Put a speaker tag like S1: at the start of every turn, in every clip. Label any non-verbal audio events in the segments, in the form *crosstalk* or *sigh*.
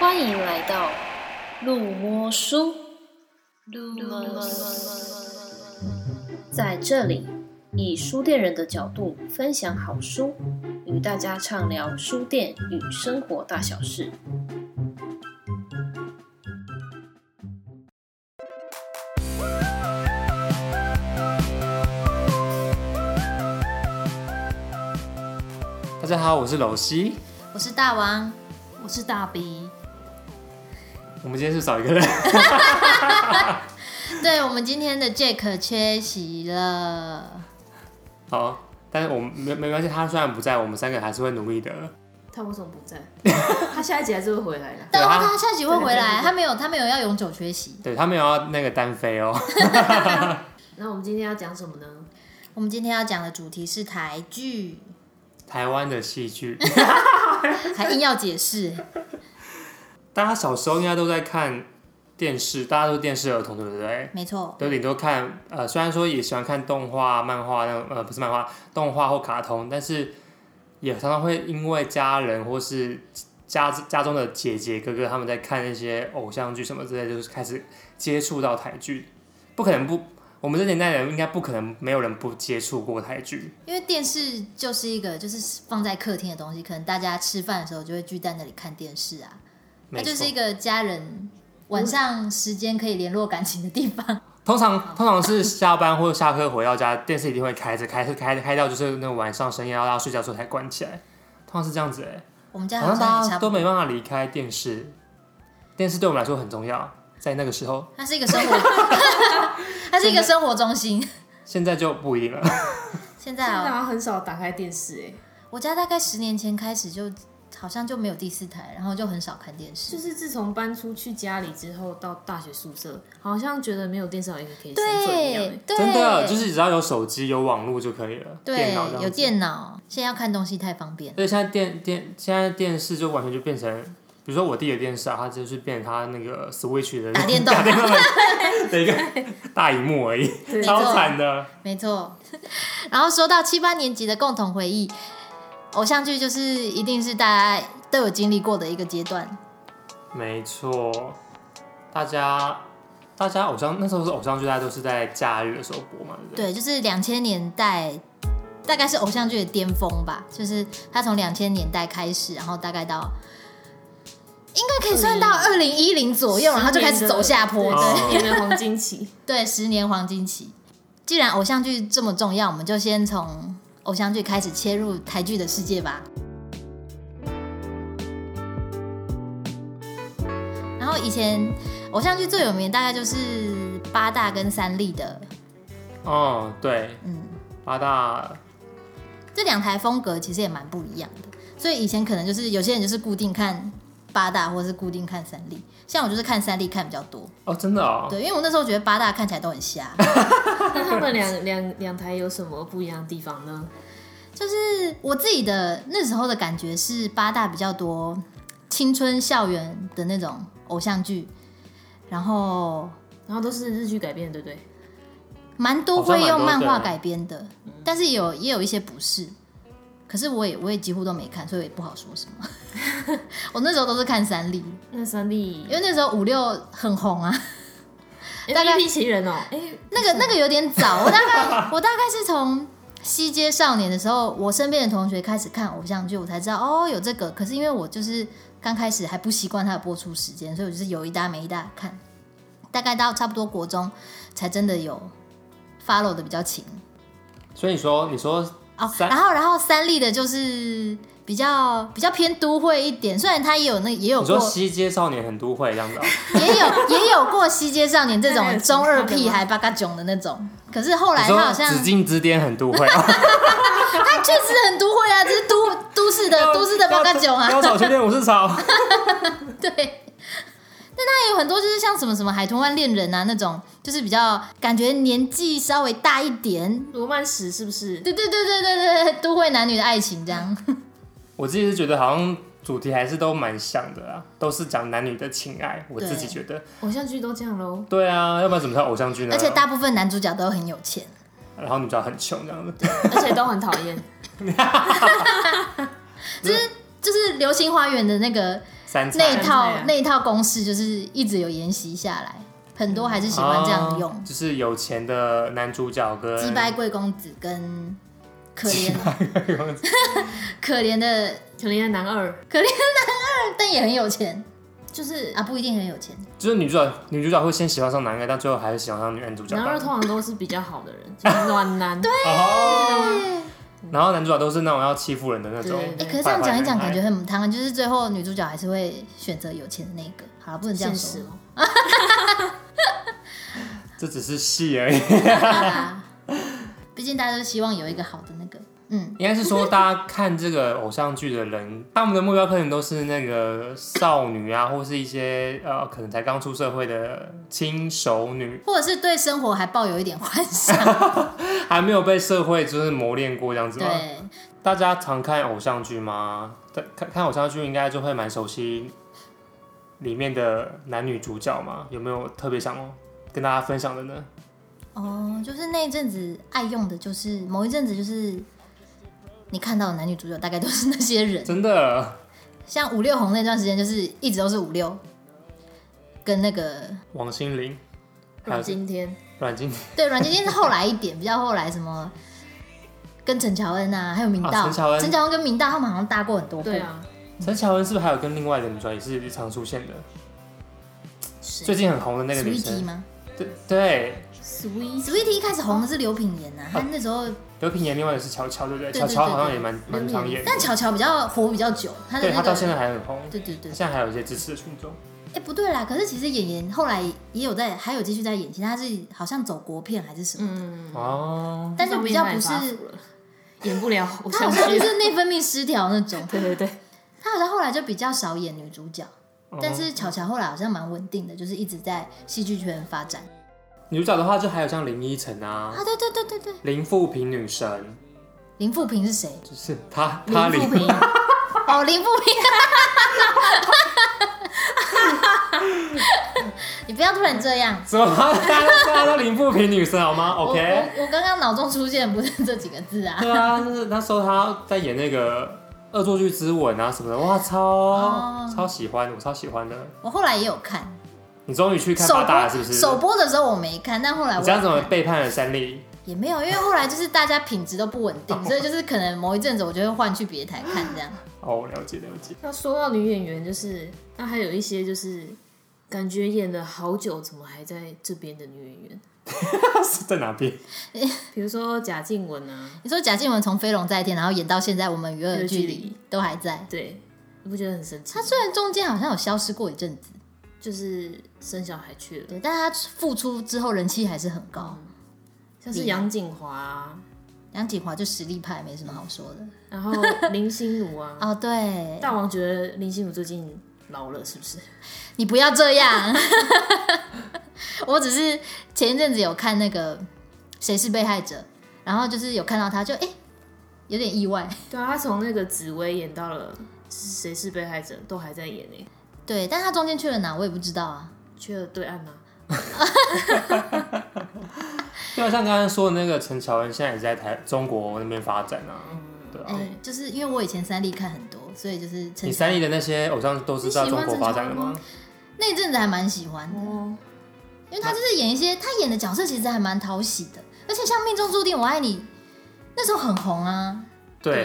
S1: 欢迎来到路摸书。在这里，以书店人的角度分享好书，与大家畅聊书店与生活大小事。
S2: 大家好，我是楼西。
S3: 我是大王，我是大 B。
S2: 我们今天是少一个人， *laughs*
S3: 对我们今天的 Jack 缺席了，
S2: 好，但是我们没没关系，他虽然不在，我们三个还是会努力的。
S4: 他为什么不在？ *laughs* 他下一集还是会回来的。
S3: 但
S2: 啊
S3: 他下集会回
S4: 对对
S3: 来，
S4: 对
S3: 他没有，他没有要永久缺席。
S2: 对他没有要那个单飞哦， *laughs*
S4: 那我们今天要讲什么呢？
S3: 我们今天要讲的主题是台 *laughs* 剧，
S2: 台湾的戏剧， *laughs*
S3: 还硬要解释。
S2: 大家小时候应该都在看电视，大家都是电视儿童，对不对？
S3: 没错，
S2: 都顶多看呃，虽然说也喜欢看动画、漫画那种呃，不是漫画，动画或卡通，但是也常常会因为家人或是家家中的姐姐哥哥他们在看一些偶像剧什么之类，就是开始接触到台剧。不可能不，我们这年代人应该不可能没有人不接触过台剧。
S3: 因为电视就是一个就是放在客厅的东西，可能大家吃饭的时候就会聚在那里看电视啊，它
S2: 没
S3: 就是一
S2: 错，
S3: 个家人晚上时间可以联络感情的地方。
S2: 通常通常是下班或者下课回到家，电视一定会开着，开着开着开到就是那种晚上深夜要到睡觉的时候才关起来，通常是这样子哎、
S3: 我们家
S2: 好
S3: 好
S2: 像
S3: 像
S2: 大
S3: 也差
S2: 家
S3: 不
S2: 都
S3: 多，
S2: 没办法离开电视，电视对我们来说很重要。在那个时候，
S3: 它是一个生活， *laughs* 它是一个生活中心。
S2: 现在就不一定了。
S3: 现
S4: 现
S3: 在
S4: 在
S3: 啊、
S4: 好像很少打开电视，哎，
S3: 我家大概十年前开始就好像就没有第四台，然后就很少看电视。
S4: 就是自从搬出去家里之后，到大学宿舍，好像觉得没有电视好像也可以生存一样。
S3: 对
S4: 哎
S3: 对，
S2: *laughs* 真的，啊就是只要有手机、有网络就可以了，
S3: 对
S2: 电脑这样子
S3: 有。电脑，现在要看东西太方便了。
S2: 而且现在电电现在电视就完全就变成，比如说我弟的电视啊，他就是变成他那个 Switch 的
S3: 打
S2: *laughs*
S3: 电动
S2: 打
S3: *laughs*
S2: 电动的的一个大荧幕而已，
S4: 对
S2: 超
S3: 没错
S2: 惨的。
S3: 没错。 *laughs* 然后说到七八年级的共同回忆，偶像剧就是一定是大家都有经历过的一个阶段。
S2: 没错，大家大家偶像那时候是偶像剧，大家都是在假日的时候播嘛，对不对？
S3: 对，就是两千年代，大概是偶像剧的巅峰吧。就是它从两千年代开始，然后大概到。应该可以算到二零一零左右，然后就开始走下坡，
S2: 的
S3: 对
S2: 对
S4: 十年的黄金期。
S3: 对，十年黄金期。既然偶像剧这么重要，我们就先从偶像剧开始切入台剧的世界吧。然后以前偶像剧最有名大概就是八大跟三立的，
S2: 哦，对，
S3: 嗯，
S2: 八大
S3: 这两台风格其实也蛮不一样的。所以以前可能就是有些人就是固定看八大，或是固定看三立。像我就是看三立看比较多，
S2: 哦，真的哦，
S3: 对，因为我那时候觉得八大看起来都很瞎，
S4: 那他们两 *laughs* 两两台有什么不一样的地方呢？
S3: 就是我自己的那时候的感觉是八大比较多青春校园的那种偶像剧，然后
S4: 然后都是日剧改编，对不对？
S3: 蛮多会用漫
S2: 好像蛮多
S3: 画
S2: 对
S3: 改编的，但是有也有一些不是。可是我也我也几乎都没看，所以我也不好说什么。 *laughs* 我那时候都是看三立，
S4: 那三 D
S3: 因为那时候五六很红啊。大概
S4: A P P 奇人哦，哎，
S3: 那
S2: *laughs*
S3: 个那个有点早，我大概我大概是从《西街少年》的时候，我身边的同学开始看偶像剧，我才知道哦有这个。可是因为我就是刚开始还不习惯它的播出时间，所以我就是有一搭没一搭看。大概到差不多国中才真的有 follow 的比较勤
S2: 所以你说，你说
S3: 哦。
S2: 三
S3: 然后然后三立的就是比较比较偏都会一点，虽然它也有那也有
S2: 你说
S3: 过
S2: 西街少年很都会这样子、啊，
S3: 也有也有过《西街少年》这
S2: *laughs*
S4: 那还
S3: 种
S4: 有其
S3: 中二
S4: 他的
S3: 屁
S4: 吗
S3: 孩八嘎囧的那种，可是后
S2: 你
S3: 来它好
S2: 说
S3: 像
S2: 紫禁之巅
S3: *laughs*
S2: 很都会、啊，
S3: 他确实很都会啊，只是都都市的都市的八嘎囧啊，
S2: 高潮缺点五是潮，
S3: 对。但他有很多就是像什么什么海豚湾恋人啊那种，就是比较感觉年纪稍微大一点，
S4: 罗曼史是不是？
S3: 对对对对对对，都会男女的爱情这样。
S2: *laughs* 我自己是觉得好像主题还是都蛮像的啊，都是讲男女的情爱，我自己觉得，
S4: 偶像剧都这样
S3: *laughs*
S4: 喽。
S2: 对啊，要不然怎么叫偶像剧呢？
S3: 而且大部分男主角都很有钱，
S2: 然后女主角很穷这样子，
S4: 而且都很讨厌。
S3: 就是《流星花园》的那个
S2: 三
S3: 那一
S2: 菜
S3: 套、
S4: 三菜啊
S3: 那一套公式就是一直有沿袭下来，很多还是喜欢这样用
S2: 哦。就是有钱的男主角跟
S3: 击败贵公子跟可
S2: 击
S3: 怜
S2: 败贵公子
S3: 可怜的，
S4: 可怜的男二
S3: 但也很有钱
S4: 就是
S3: 啊，不一定很有钱。
S2: *laughs* 就是女主角女主角会先喜欢上男二，但最后还是喜欢上女男主角
S4: 男
S2: 吧
S4: 二。通常都是比较好的人，就是暖
S3: *laughs*
S4: 男。
S3: 啊
S4: 对
S2: 哦，然后男主角都是那种要欺负人的那种。
S4: 对
S3: 哎、可是这样讲一讲，感觉很母汤，就是最后女主角还是会选择有钱的那一个。好了，不能这样
S4: 现实
S3: 说。 *laughs*
S4: 哦，
S2: 这只是戏而已。
S3: 啊毕竟大家都希望有一个好的那个，嗯，
S2: 应该是说，大家看这个偶像剧的人，他们的目标可能都是那个少女啊，或是一些呃，可能才刚出社会的轻熟女，
S3: 或者是对生活还抱有一点幻
S4: *laughs*
S3: 想。
S2: 还没有被社会就是磨练过这样子吗？
S3: 对，
S2: 大家常看偶像剧吗？在看看偶像剧应该就会蛮熟悉里面的男女主角嘛？有没有特别想跟大家分享的呢？
S3: 哦，就是那一阵子爱用的，就是某一阵子就是你看到的男女主角大概都是那些人，
S2: 真的，
S3: 像五六红那段时间就是一直都是五六，跟那个
S2: 王心凌，还有
S4: 阮经天
S2: 阮经
S3: 对阮经天是后来一点，比较后来什么。跟陈乔恩啊，还有明
S2: 啊
S3: 道，
S2: 陈乔恩
S3: 陈乔恩跟明道他们好像搭过
S2: 哦
S3: 很多部，
S4: 对啊，
S2: 陈乔恩是不是还有跟另外一个女主角也是常出现的？
S3: 谁
S2: 最近很红的那个女
S3: Sweetie
S2: 生，
S3: 吗
S2: 对对，
S4: ，sweet
S3: ？Sweetie 一开始红的是刘品言
S2: 哦
S3: 啊，她那时候，
S2: 刘品言，另外的是乔乔，对不对？
S3: 对
S2: 乔
S3: 对
S2: 乔
S3: 对
S2: 好像
S3: 对
S2: 也蛮
S4: 刘
S2: 蛮
S4: 品
S2: 常
S4: 言
S2: 演的，
S3: 但乔乔比较活比较久，她的
S2: 对
S3: 那
S2: 她
S3: 个
S2: 到，现在还很红，
S3: 对对对，
S2: 现在还有一些支持的群众。
S3: 哎，不对啦，可是其实演员后来也有在，还有继续在演戏，她是好像走国片还是什么，
S4: 嗯，
S2: 哦，
S3: 但是比较不
S4: 这，
S3: 是
S4: 方面太发福了演不了偶
S3: 她好
S4: 像
S3: 像
S4: 剧
S3: 就。是内分泌失调那种，
S4: 对对对，
S3: 她好像后来就比较少演女主角，但
S2: 哦
S3: 是巧巧后来好像蛮稳定的，就是一直在戏剧圈发展
S2: 女主角的话，就还有像林依晨啊，
S3: 啊，对对对对对，
S2: 林富平女神，
S3: 林富平是谁？
S2: 就是她，她
S4: 林富
S2: *laughs*
S4: 平，
S3: 哦，林富平， *laughs* 你不要突然这样。
S2: 什么？大家都大家都林富平女神好吗
S3: 我
S2: ？OK，
S3: 我我刚刚脑中出现不是这几个字啊。
S2: 对啊，就是那时候她在演那个《恶作剧之吻》啊什么的，哇，超、
S3: 哦
S2: 超喜欢，我超喜欢的。
S3: 我后来也有看，
S2: 你终于去看
S3: 首
S2: 八大了，
S3: 播
S2: 是不是？
S3: 首播的时候我没看，但后来我
S2: 你这样怎
S3: 有
S2: 么
S3: 看
S2: 背叛了三立？
S3: 也没有，因为后来就是大家品质都不稳
S2: *laughs*
S3: 定，所以就是可能某一阵子我就会换去别台看这样。
S2: 哦，了解了解。 *laughs*
S4: 那说到女演员，就是那还有一些就是感觉演了好久，怎么还在这边的女演员，
S2: 是在哪边？
S4: 比如说贾静雯啊，
S3: 你说贾静雯从《飞龙在天》然后演到现在，我们娱乐的距
S4: 娱乐距
S3: 离
S4: 离
S3: 都还在。
S4: 对，你不觉得很神奇
S3: 她
S4: 吗？
S3: 虽然中间好像有消失过一阵子，
S4: 就是生小孩去了，
S3: 对，但她复出之后人气还是很高。
S4: 像是杨锦华啊，
S3: 杨锦华就实力派，没什么好说的。
S4: 然
S3: *laughs*
S4: 后林心如啊，
S3: 哦，对，
S4: 大王觉得林心如最近老了是不 *laughs* 是？
S3: 你不要这样。 *laughs* 我只是前一阵子有看那个《谁是被害者》，然后就是有看到她就，哎，有点意外。
S4: 对啊，她从那个紫薇演到了谁是被害者，都还在演呢、
S3: 对，但她中间去了哪我也不知道啊。
S4: 去了对岸吗？
S2: 就啊好像刚刚说的那个陈乔恩，现在也在台中国那边发展啊。对
S3: 哎、
S2: 啊，
S3: 就是因为我以前三立看很多，所以就是陈
S2: 你三立的那些偶像都是在中国发展的吗？
S3: 那一阵子还蛮喜欢的，
S4: 哦，
S3: 因为他就是演一些他演的角色其实还蛮讨喜的，而且像《命中注定我爱你》那时候很红啊，
S2: 对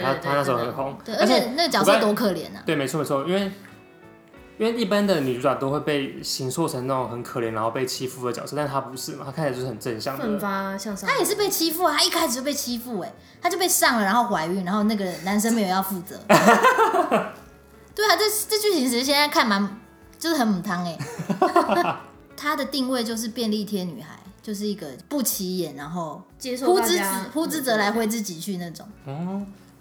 S4: 对
S2: 他，
S4: 对
S2: 他那时候
S4: 对
S2: 很红，
S3: 对，而且那个角
S2: 我
S3: 色
S2: 刚
S3: 多可怜啊，
S2: 对，没错没错，因为因为一般的女主角都会被形塑成那种很可怜然后被欺负的角色，但她不是嘛，她看起来就是很正向
S4: 奋
S2: 的。
S4: 发向上。
S3: 她也是被欺负啊，她一开始就被欺负哎、她就被上了，然后怀孕，然后那个男生没有要负
S2: *laughs*
S3: 责，对啊，这这剧情其实现在看蛮就是很母汤
S2: *laughs*
S3: 哎、她的定位就是便利贴女孩，就是一个不起眼，然后
S4: 接受
S3: 呼
S4: 大
S3: 之
S4: 家
S3: 子呼之则来，挥之即去那种。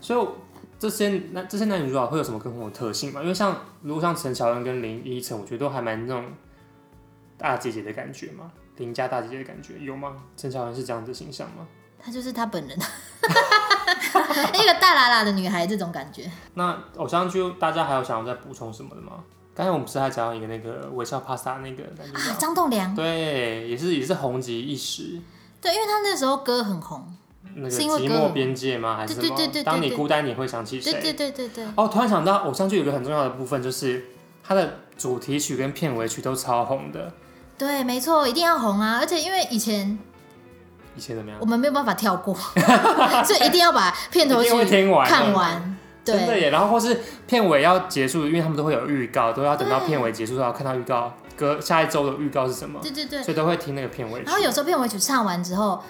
S2: 所以我这些男这些男女主角会有什么共同的特性嘛？因为像如果像陈乔恩跟林依晨，我觉得都还蛮那种大姐姐的感觉嘛，邻家大姐姐的感觉有吗？陈乔恩是这样的形象吗？
S3: 她就是她
S4: *laughs*
S3: 本人，一个大喇喇的女孩这种感觉。
S2: 那偶像剧大家还有想要再补充什么的吗？刚才我们不是还讲到一个那个微笑 pasta 那个男主
S3: 啊，
S2: 角，
S3: 张栋梁，
S2: 对，也是也是红极一时。
S3: 对，因为她那时候歌很红，
S2: 那个
S3: 是因为
S2: 寂
S3: 歌
S2: 寞边界吗？还是什么？
S3: 对对对对对
S2: 当你孤单，你会想起
S3: 对对
S2: 谁？
S3: 对对对，
S2: 哦，突然想到，偶像剧有一个很重要的部分就是它的主题曲跟片尾曲都超红的。
S3: 对，没错，一定要红啊！而且因为以前
S2: 以前怎么样
S3: 我？们没有办法跳
S2: *laughs*
S3: 过，所以一定要把片头曲
S2: 一定会听完
S3: 看完。
S2: 真的
S3: 对，
S2: 耶！然后或是片尾要结束，因为他们都会有预告，都要等到片尾结束才要看到预告，隔下一周的预告是什么，
S3: 对对对。
S2: 所以都会听那个片尾曲。
S3: 然后有时候片尾曲唱完之后，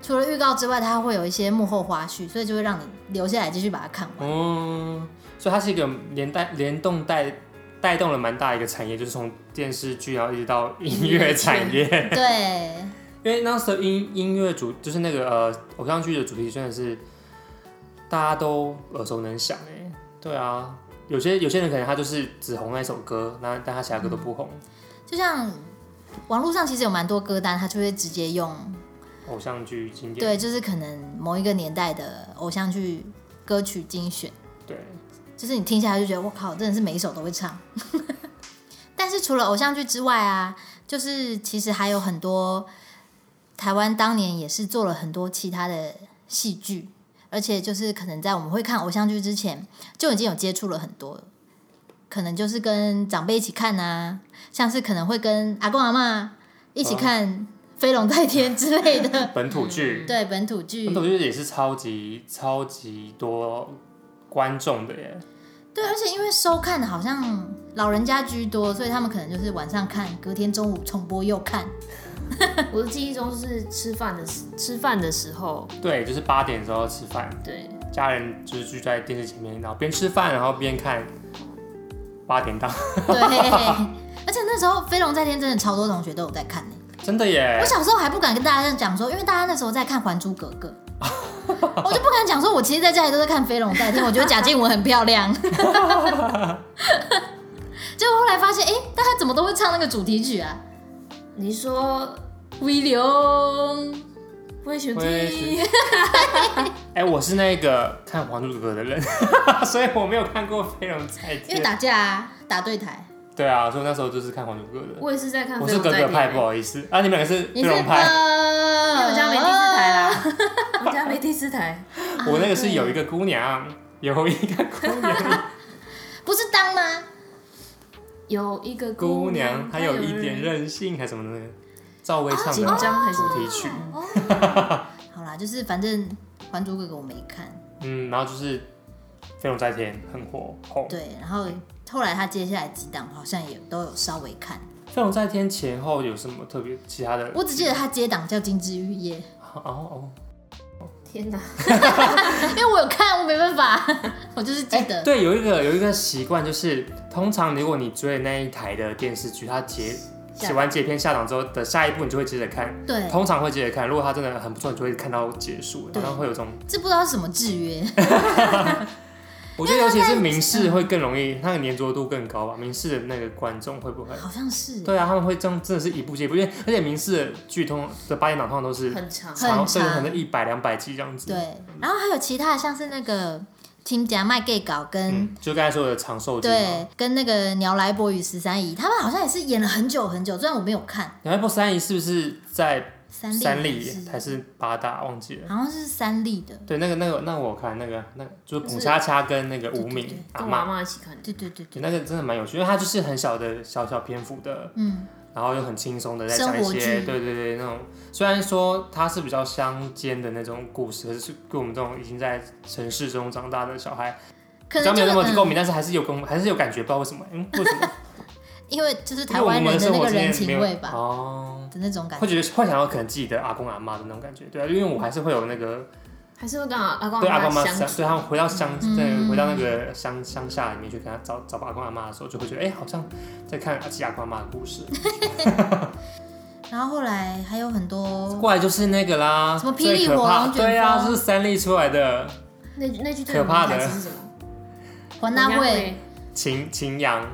S3: 除了预告之外，它还会有一些幕后花絮，所以就会让你留下来继续把它看完。
S2: 嗯，所以它是一个连带联动带带动了蛮大一个产业，就是从电视剧啊然后一直到音乐产业。 *laughs*
S3: 对，
S2: 因为那时候音音乐主就是那个呃偶像剧的主题真的是大家都耳熟能详哎，对啊，有些有些人可能他就是只红那一首歌，那但他其他歌都不红。
S3: 就像网络上其实有蛮多歌单，它就会直接用，
S2: 偶像剧经典
S3: 对，就是可能某一个年代的偶像剧歌曲精选，
S2: 对
S3: 就是你听下来就觉得我靠，真的是每一首都会唱。 *laughs* 但是除了偶像剧之外啊，就是其实还有很多台湾当年也是做了很多其他的戏剧，而且就是可能在我们会看偶像剧之前，就已经有接触了很多了，可能就是跟长辈一起看啊，像是可能会跟阿公阿嬷一起看《飞龙在天》之类的， *laughs*
S2: 本土剧，
S3: 对本土剧
S2: 本，土剧也是超级超级多观众的耶。
S3: 对，而且因为收看的好像老人家居多，所以他们可能就是晚上看，隔天中午重播又
S2: *laughs*
S3: 看。
S4: 我的记忆中是吃饭的时吃饭的时候，
S2: 对，就是八点的时候吃饭，
S4: 对，
S2: 家人就是聚在电视前面，然后边吃饭然后边看八点档， *laughs*
S3: 对，而且那时候《飞龙在天》真的超多同学都有在看呢、
S2: 真的耶
S3: 我。小时候还不敢跟大家讲说，因为大家那时候在看《还珠格格》。
S2: *laughs*
S3: 我就不敢讲说，我其实在家里都在看《飞龙在天》，我觉得贾静雯很漂亮。 *laughs* 结果后来发现，哎、大家怎么都会唱那个主题曲啊？
S4: 你说
S3: 威龙，
S4: 魏雪
S2: 喂学
S4: 弟，
S2: 哎、我是那个看《还珠格格》的人， *laughs* 所以我没有看过《飞龙在
S3: 因
S2: 天
S3: 为》。打架、啊、打对台，
S2: 对啊，所以那时候就是看《还珠格格》的。
S4: 我也是在看
S2: 我
S4: 飞
S2: 是
S4: 龙
S2: 格
S4: 在天欸。
S2: 格派，不好意思啊，你们两个是
S3: 你
S2: 飞
S3: 是呃
S2: 龙派。
S4: 因为我家没第四台啦， *laughs* 我们家没第四台。
S2: 我那个是有一个姑娘，有一个姑娘，
S3: 不是当吗？
S4: 有一个
S2: 姑娘
S4: 娘，
S2: 她有一点任性还是什么的那个，赵薇唱
S4: 紧
S2: 的
S4: 张还是
S2: 主题曲。
S3: 好啦，就是反正《还珠格格》我没看，
S2: 嗯，然后就是《飞龙在天》很火红，《
S3: 对，然后后来他接下来几档好像也都有稍微看，
S2: 飞龙在天》前后有什么特别其他的？
S3: 我只记得他接档叫《金枝玉叶
S2: 哦哦，
S4: 天哪，》，
S3: 因为我有看，我没办法， *laughs* 我就是记得。
S2: 哎对，有一个有一个习惯就是，通常如果你追那一台的电视剧，它结
S3: 下
S2: 写完结篇下档之后的下一部，你就会接着看。
S3: 对，
S2: 通常会接着看，如果它真的很不错，你就会看到结束，
S3: 对
S2: 然后会有种，
S3: 这不知道是什么制约，
S2: 我觉得尤其是明
S3: 嗯
S2: 视会更容易，它的粘着度更高吧。明视的那个观众会不会？
S3: 好像是
S2: 对啊，他们会这样，真的是一步接一步，因为而且明视的剧通的八点档通常都是
S4: 很长。
S3: 很
S2: 长，甚至
S3: 长
S2: 可能一百两百集这样子。
S3: 对。然后还有其他的，像是那个《听假卖 gay 稿》跟、
S2: 嗯，就刚才说的长寿剧嘛。
S3: 对跟那个鸟来伯与十三姨，他们好像也是演了很久很久，虽然我没有看
S2: 杨一波三姨是不是在
S3: 三立
S2: 三
S3: 还
S2: 立
S3: 是
S2: 还是八大忘记了？
S3: 好像是三立的，
S2: 对，那个那个那个我看那个那个就是
S4: 就是
S2: 彭恰恰跟那个
S3: 对
S2: 吴
S3: 对
S2: 敏
S3: 对
S2: 阿
S4: 跟我阿
S2: 妈，
S4: 妈一起看的，
S3: 对对对对，
S2: 对，那个真的蛮有趣，因为它就是很小的小小篇幅的，
S3: 嗯，
S2: 然后又很轻松的在讲一
S3: 生活
S2: 些，
S3: 剧
S2: 对对对，那种虽然说它是比较乡间的那种故事，可是对我们这种已经在城市中长大的小孩，
S3: 可
S2: 比较
S3: 能就
S2: 没有那么
S3: 嗯
S2: 共鸣，但是还是有共，还是有感觉，不知道为什么，嗯，为什么？
S3: 因为 *laughs* 就是
S2: 因为
S3: 台
S2: 我
S3: 湾
S2: 们
S3: 人的
S2: 生
S3: 那
S2: 活
S3: 个
S2: 经
S3: 人
S2: 验没
S3: 情
S2: 有
S3: 味吧
S2: 哦。
S3: 的那种感
S2: 会
S3: 觉。
S2: 觉得会想到可能自己的阿公阿妈的那种感觉，对啊，因为我还是会有那个
S4: 还是会跟阿阿公
S2: 对阿公
S4: 妈
S2: 妈
S4: 相
S2: 乡，
S4: 处
S2: 对他们回到乡，
S3: 嗯
S2: 对回到那个乡乡下里面去跟他找找阿公阿妈的时候，就会觉得哎、好像在看自己阿公阿妈的故事。
S3: 然后后来还有很多，
S2: 过来就是那个啦，
S3: 哦什么霹雳
S2: 最可怕
S3: 王卷
S2: 对啊，
S3: 风
S2: 就是三立出来的
S4: 那那句
S2: 可怕的
S4: 台词是什么？
S3: 黄大卫，
S2: 秦秦阳，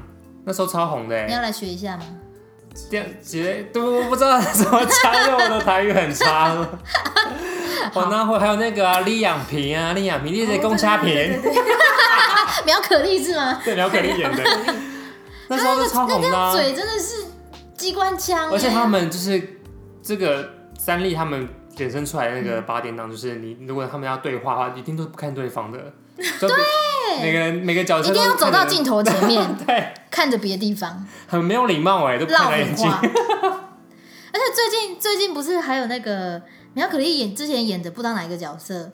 S2: 那时候超红的、
S3: 你
S2: 欸。
S3: 要来学一下吗？ *laughs*
S2: 电姐，对，我不知道怎么加入，因为我的台语很差。黄大辉还有那个啊，李养平啊，李养平，你得公虾平，
S3: 苗可丽是吗？
S2: 对，苗可丽演的，那时候就超红的啊。
S3: 嘴真的是机关枪欸，
S2: 而且他们就是这个三
S3: 嗯 *laughs*
S2: 立他们衍生出来的那个八点档，就是你如果他们要对话的话，一定都不看对方的，对，每个人每个角色
S3: 一定要走到
S2: 镜
S3: 镜头前
S2: *laughs*
S3: 面，
S2: 头，对，
S3: 看着别的地方，
S2: 很没有礼貌哎，都不
S3: 唠
S2: 看他
S3: 狠 *laughs*
S2: 眼睛，
S3: 话。而且最近最近不是还有那个苗可丽演之前演的不知道哪一个角色，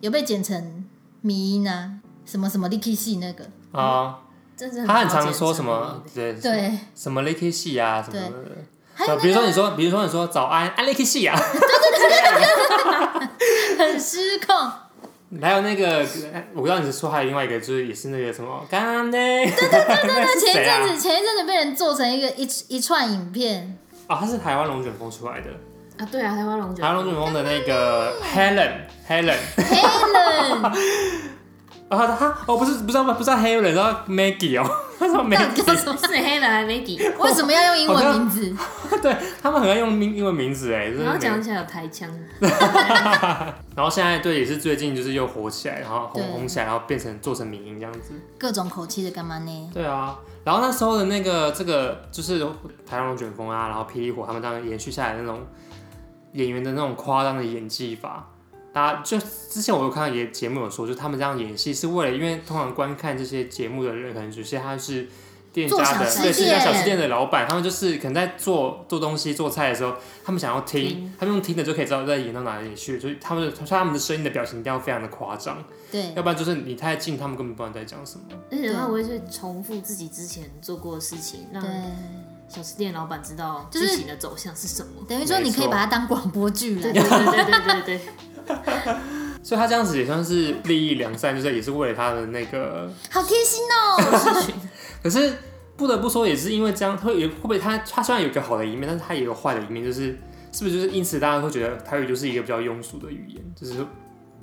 S3: 有被剪成迷音啊，什么什么 Licky 系那个，
S2: 啊，
S4: 真
S3: 嗯
S4: 是
S2: 他很
S4: 很
S2: 常说什么对
S3: 对，
S2: 什么 Licky 戏啊什么的。
S3: 还有那
S2: 比如说你
S3: 个
S2: 说，比如说你说早安，安 Licky 戏啊， *laughs*
S3: 很失控，
S2: 还有那个我不知道你是说还有另外一个，就是也是那个什么干呢？对对 *laughs*
S3: 那
S2: 对
S3: 前一阵子前一阵子被人做成一个一一串影片，
S2: 啊，他是台湾龙卷风出来的，
S4: 啊，对啊，台湾龙卷，
S2: 台湾龙卷风的那个
S4: 嗯
S2: Helen Helen， *laughs*
S3: Helen
S2: 然后他他哦不是不知道不知道 Helen，然后 Maggie 哦， *laughs* 他说
S3: 到底叫
S2: Maggie，
S3: 什
S4: *laughs*
S3: 么？
S4: 是黑人还没
S2: *laughs*
S4: 底，
S3: 为什么要用英文名字？
S2: 对他们很爱用名英文名字哎，真的
S4: 然后
S2: 没
S4: 讲起来有台腔，
S2: 然后现在对也是最近就是又火起来，然后红
S3: 对
S2: 红起来，然后变成做成民音这样子。
S3: 各种口气的干嘛呢？
S2: 对啊，然后那时候的那个这个就是台湾龙卷风啊，然后霹雳火他们这样延续下来的那种演员的那种夸张的演技法。大家就之前我有看到也节目有说，就他们这样演戏是为了，因为通常观看这些节目的人，可能有些他是店
S3: 做
S2: 家
S3: 小
S2: 的，
S3: 吃
S2: 对，是在
S3: 店
S2: 小吃店的老板，他们就是可能在做做东西、做菜的时候，他们想要听
S4: 听，
S2: 他们用听的就可以知道在演到哪里去，所以他们的他们的声音的表情一定要非常的夸张，
S3: 对
S2: 要不然就是你太近，他们根本不知道你在讲什么。
S4: 而且他会去重复自己之前做过的事情，让
S3: 对，
S4: 小吃店老板知道
S3: 就是
S4: 剧情的走向是什
S3: *laughs*
S4: 么。
S3: 等于说你可以把它当广播剧
S4: 对
S3: 来
S4: 对对对对对对，
S2: 所以他这样子也算是利益良善，就是也是为了他的那个。
S3: 好贴心哦。
S2: 可是不得不说，也是因为这样，会也会不会他他虽然有一个好的一面，但是他也有坏的一面，就是是不是就是因此大家会觉得台语就是一个比较庸俗的语言，就是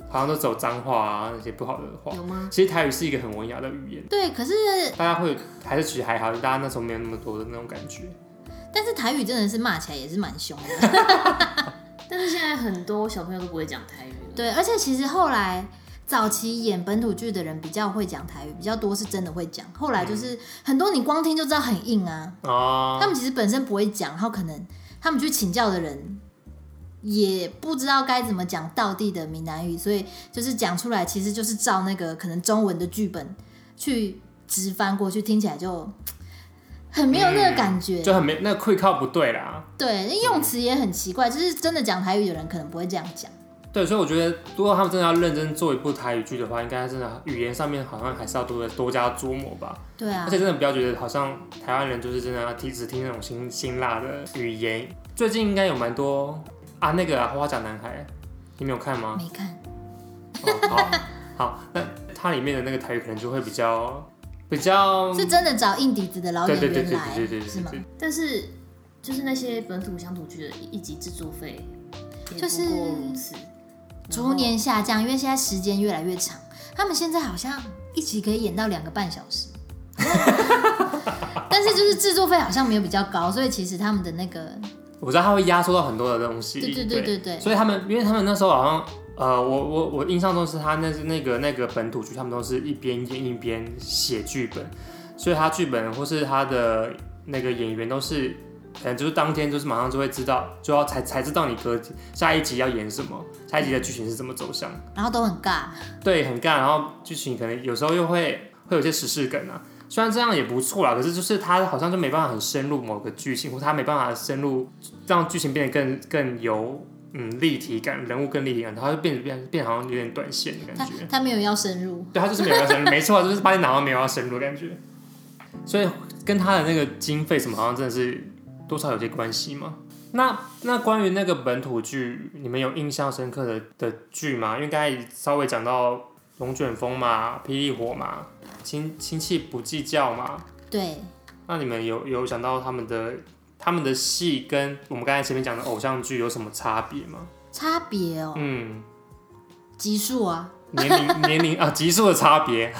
S2: 好像都走脏话啊那些不好的
S4: *laughs*
S2: 话
S4: 有。吗？
S2: 其实台语是一个很文雅的语言，
S3: 对，可是
S2: 大家会还是其实还好，大家那时候没有那么多的那种感觉。
S3: 但是台语真的是骂起来也是蛮凶的。
S4: 但是现在很多小朋友都不会讲台语了。
S3: 对，而且其实后来早期演本土剧的人比较会讲台语，比较多是真的会讲。后来
S2: 嗯
S3: 就是很多你光听就知道很硬啊，
S2: 哦
S3: 他，们其实本身不会讲，然后可能他们去请教的人也不知道该怎么讲道地的闽南语，所以就是讲出来其实就是照那个可能中文的剧本去直翻过去，听起来就很没有那个感觉。
S2: 嗯就很没那个会靠不对啦。
S3: 对，那用词也很奇怪，就是真的讲台语的人可能不会这样讲。
S2: 对，所以我觉得，如果他们真的要认真做一部台语剧的话，应该真的语言上面好像还是要多多加琢磨吧。
S3: 对啊
S2: 而，且真的不要觉得好像台湾人就是真的要听只听那种辛辛辣的语言。最近应该有蛮多啊，那个啊花甲男孩，你没有看吗？
S3: 没看，
S2: 哦、好，好，那它里面的那个台语可能就会比较比较，
S3: 是真的找硬底子的老
S2: 嗯对
S3: 演
S2: 对对
S3: 员
S2: 对
S3: 来，
S2: 对对对
S3: 是
S2: 对
S3: 吗？
S2: 对，
S4: 但是就是那些本土乡土剧的一集制作费，也
S3: 就
S4: 不
S3: 是
S4: 过如此。
S3: 逐年下降，因为现在时间越来越长，他们现在好像一集可以演到两个半小
S2: *laughs*
S3: 时，但是就是制作费好像没有比较高，所以其实他们的那个
S2: 我知道它会压缩到很多的东西。
S3: 对对对对对，
S2: 所以他们，因为他们那时候好像，呃，我我我印象中是他那是那个那个本土剧，他们都是一边演一边写剧本，所以他剧本或是他的那个演员都是，可能就是当天就是马上就会知道，就要才才知道你隔下一集要演什么，下一集的剧情是怎么走向，
S3: 然后都很尬，
S2: 对，很干，然后剧情可能有时候又会会有一些时事梗啊。虽然这样也不错啦，可是就是他好像就没办法很深入某个剧情，或他没办法深入让剧情变得更更有嗯立体感，人物更立体感，他就变得变变好像有点短线的感
S3: 他
S2: 觉。
S3: 他没有要深入，
S2: 对，他就是没有要深入，没错，就是八点档好像没有要深入的感觉。所以跟他的那个经费什么，好像真的是多少有些关系嘛。那那关于那个本土剧，你们有印象深刻的的剧吗？因为刚才稍微讲到龙卷风嘛、霹雳火嘛、亲亲戚不计较嘛，
S3: 对，
S2: 那你们有有想到他们的他们的戏跟我们刚才前面讲的偶像剧有什么差别吗？
S3: 差别哦，
S2: 嗯，
S3: 集数啊，
S2: 年龄年龄啊，级数的差别，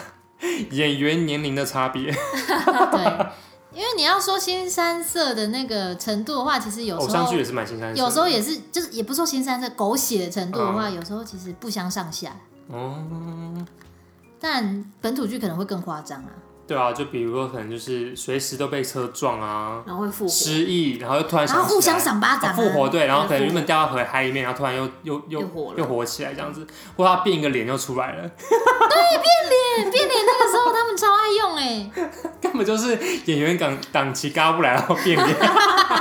S2: 演员年龄的差别。 *laughs*
S3: 对，因为你要说新三色的那个程度的话，其实有
S2: 偶
S3: 时
S2: 像
S3: 候
S2: 剧也是蛮新三色的，
S3: 有时候也是，就是也不是说新三色狗血的程度的话，有时候其实不相上下，
S2: 哦，
S3: 但本土剧可能会更夸张啊。
S2: 对啊，就比如说可能就是随时都被车撞啊，
S4: 然后会复活。
S2: 失忆，然后又突然
S3: 然
S2: 想起来，
S3: 后互相赏巴掌、
S2: 啊
S3: 啊，
S2: 复活对，然后
S4: 对
S2: 可能
S4: 复
S2: 原本掉到河海里面，然后突然又又又
S4: 又活了
S2: 起来这样子，或者他变一个脸又出来了， *laughs*
S3: 变变脸那个时候他们超爱用哎、
S2: *laughs* 根本就是演员档档期嘎不来，然后变脸，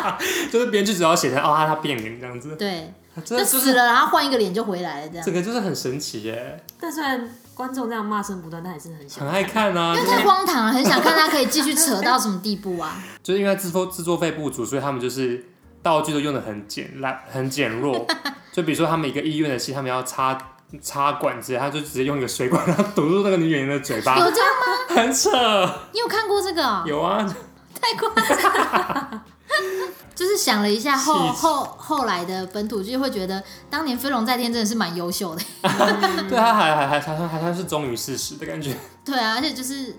S2: *laughs* 就是编剧只要写成哦他他变脸这样子，
S3: 对，
S2: 真
S3: 就
S2: 的就
S3: 死
S2: 是
S3: 了，然后换一个脸就回来了这样
S2: 整，个就是很神奇耶，
S4: 但虽然观众这样骂声不断，但还是很想
S3: 嗯
S2: 很爱看啊，
S3: 因
S2: 就
S3: 为
S2: 是
S3: 太荒唐了，很想看他可以继续扯到什么地步
S2: *laughs*
S3: 啊！
S2: 就是因为制作制作费不足，所以他们就是道具都用的很简烂很减弱， *laughs* 就比如说他们一个医院的戏，他们要插。插管子，他就直接用一个水管，然后 *laughs* 堵住那个女演员的嘴巴，
S3: 有这样吗？
S2: 很
S3: *laughs*
S2: 扯。
S3: 你有看过这个、哦？
S2: 啊有啊，
S3: 太夸张
S2: *laughs*
S3: 了。就是想了一下后
S2: 气死
S3: 后后来的本土剧，会觉得当年《飞龙在天》真的是蛮优秀的。嗯
S2: 对他还还还还还算是忠于事实的感觉。
S3: 对啊，而且就是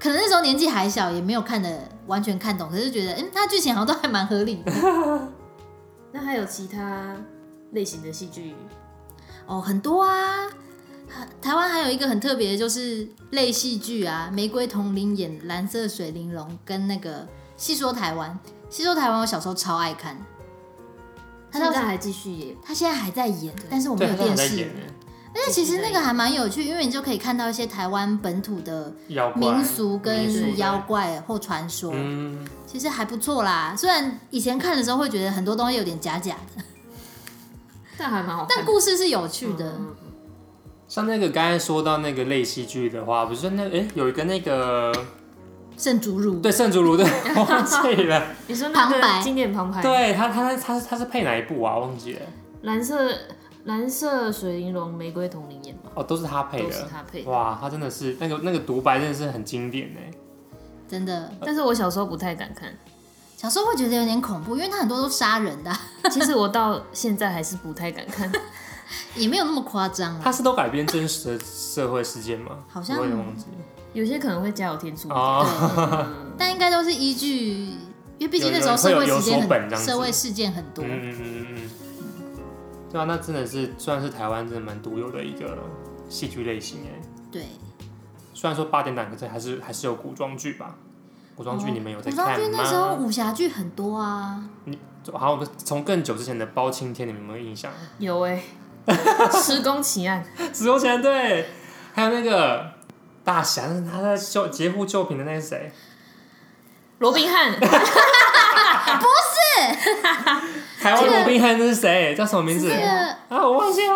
S3: 可能那时候年纪还小，也没有看的完全看懂，可是觉得嗯，它剧情好像都还蛮合理的 *laughs*
S4: 那还有其他类型的戏剧，
S3: 哦，很多啊。很台湾还有一个很特别的，就是类戏剧啊，《玫瑰童林》演《蓝色水玲珑》，跟那个《戏说台湾》，《戏说台湾》我小时候超爱看，他
S4: 现
S3: 到
S4: 在还继续演。
S3: 他现在还在演，但是我没
S2: 对，
S3: 有
S2: 他都还
S3: 电
S2: 在
S3: 视
S2: 演。呢
S3: 但是其实那个还蛮有趣，因为你就可以看到一些台湾本土的
S2: 妖怪
S3: 民俗跟
S2: 对
S3: 妖怪或传说。
S2: 嗯，
S3: 其实还不错啦，虽然以前看的时候会觉得很多东西有点假假的，
S4: 但还
S2: 哦
S4: 蛮好看
S3: 但
S4: 的。
S3: 故事是有趣的。
S4: 嗯
S2: 像那个刚才说到那个类戏剧的话，不是那哎、诶有一个那个
S3: 圣竹乳，
S2: 嗯对圣竹如的 *laughs* 忘记了，
S4: 嗯你说那
S3: 旁白
S4: 个经典旁白，
S3: 哎
S2: 对他他他是他是配哪一部啊？忘记了
S4: 蓝色蓝色水玲珑玫瑰同龄演嘛，
S2: 哦，都是他配
S4: 都是
S2: 的。
S4: 他配的。
S2: 哇，他真的是那个那个独白真的是很经典呢。欸
S3: 真的，
S4: 但是我小时候不太敢
S2: *laughs*
S4: 看，
S3: 小时候会觉得有点恐怖，因为它很多都杀人的
S2: *laughs*
S3: 啊、
S4: 其实我到现在还是不太敢看。
S3: 也没有那么夸张啊。
S2: 他是都改编真实的社会事件吗？
S3: 好像嗯
S2: 我有点忘记了
S4: 有些可能会加有添醋一点。
S2: 哦
S3: 对，但应该都是依据，因为毕竟那时候社会
S2: 有有
S3: 事件
S2: 有所本
S3: 很
S2: 这样子
S3: 社会事件很多，
S2: 嗯嗯嗯嗯嗯，对啊，那真的是算是台湾真的蛮独有的一个戏剧类型哎。
S3: 对。
S2: 虽然说八点档，可是还是还是有古装剧吧？古装剧你们有
S3: 哦
S2: 在
S3: 古装
S2: 看
S3: 剧
S2: 吗？
S3: 那时候武侠剧很多啊，
S2: 就好像从更久之前的《包青天》，你们有没有印象？
S4: *laughs* 有哎、施工奇案，
S2: 石头前对，还有那个大侠，他在救劫富救贫的那是谁？
S4: 罗宾汉， *laughs*
S2: 台湾罗宾汉那是谁？叫什么名字
S3: 那个
S2: 啊？我忘记了。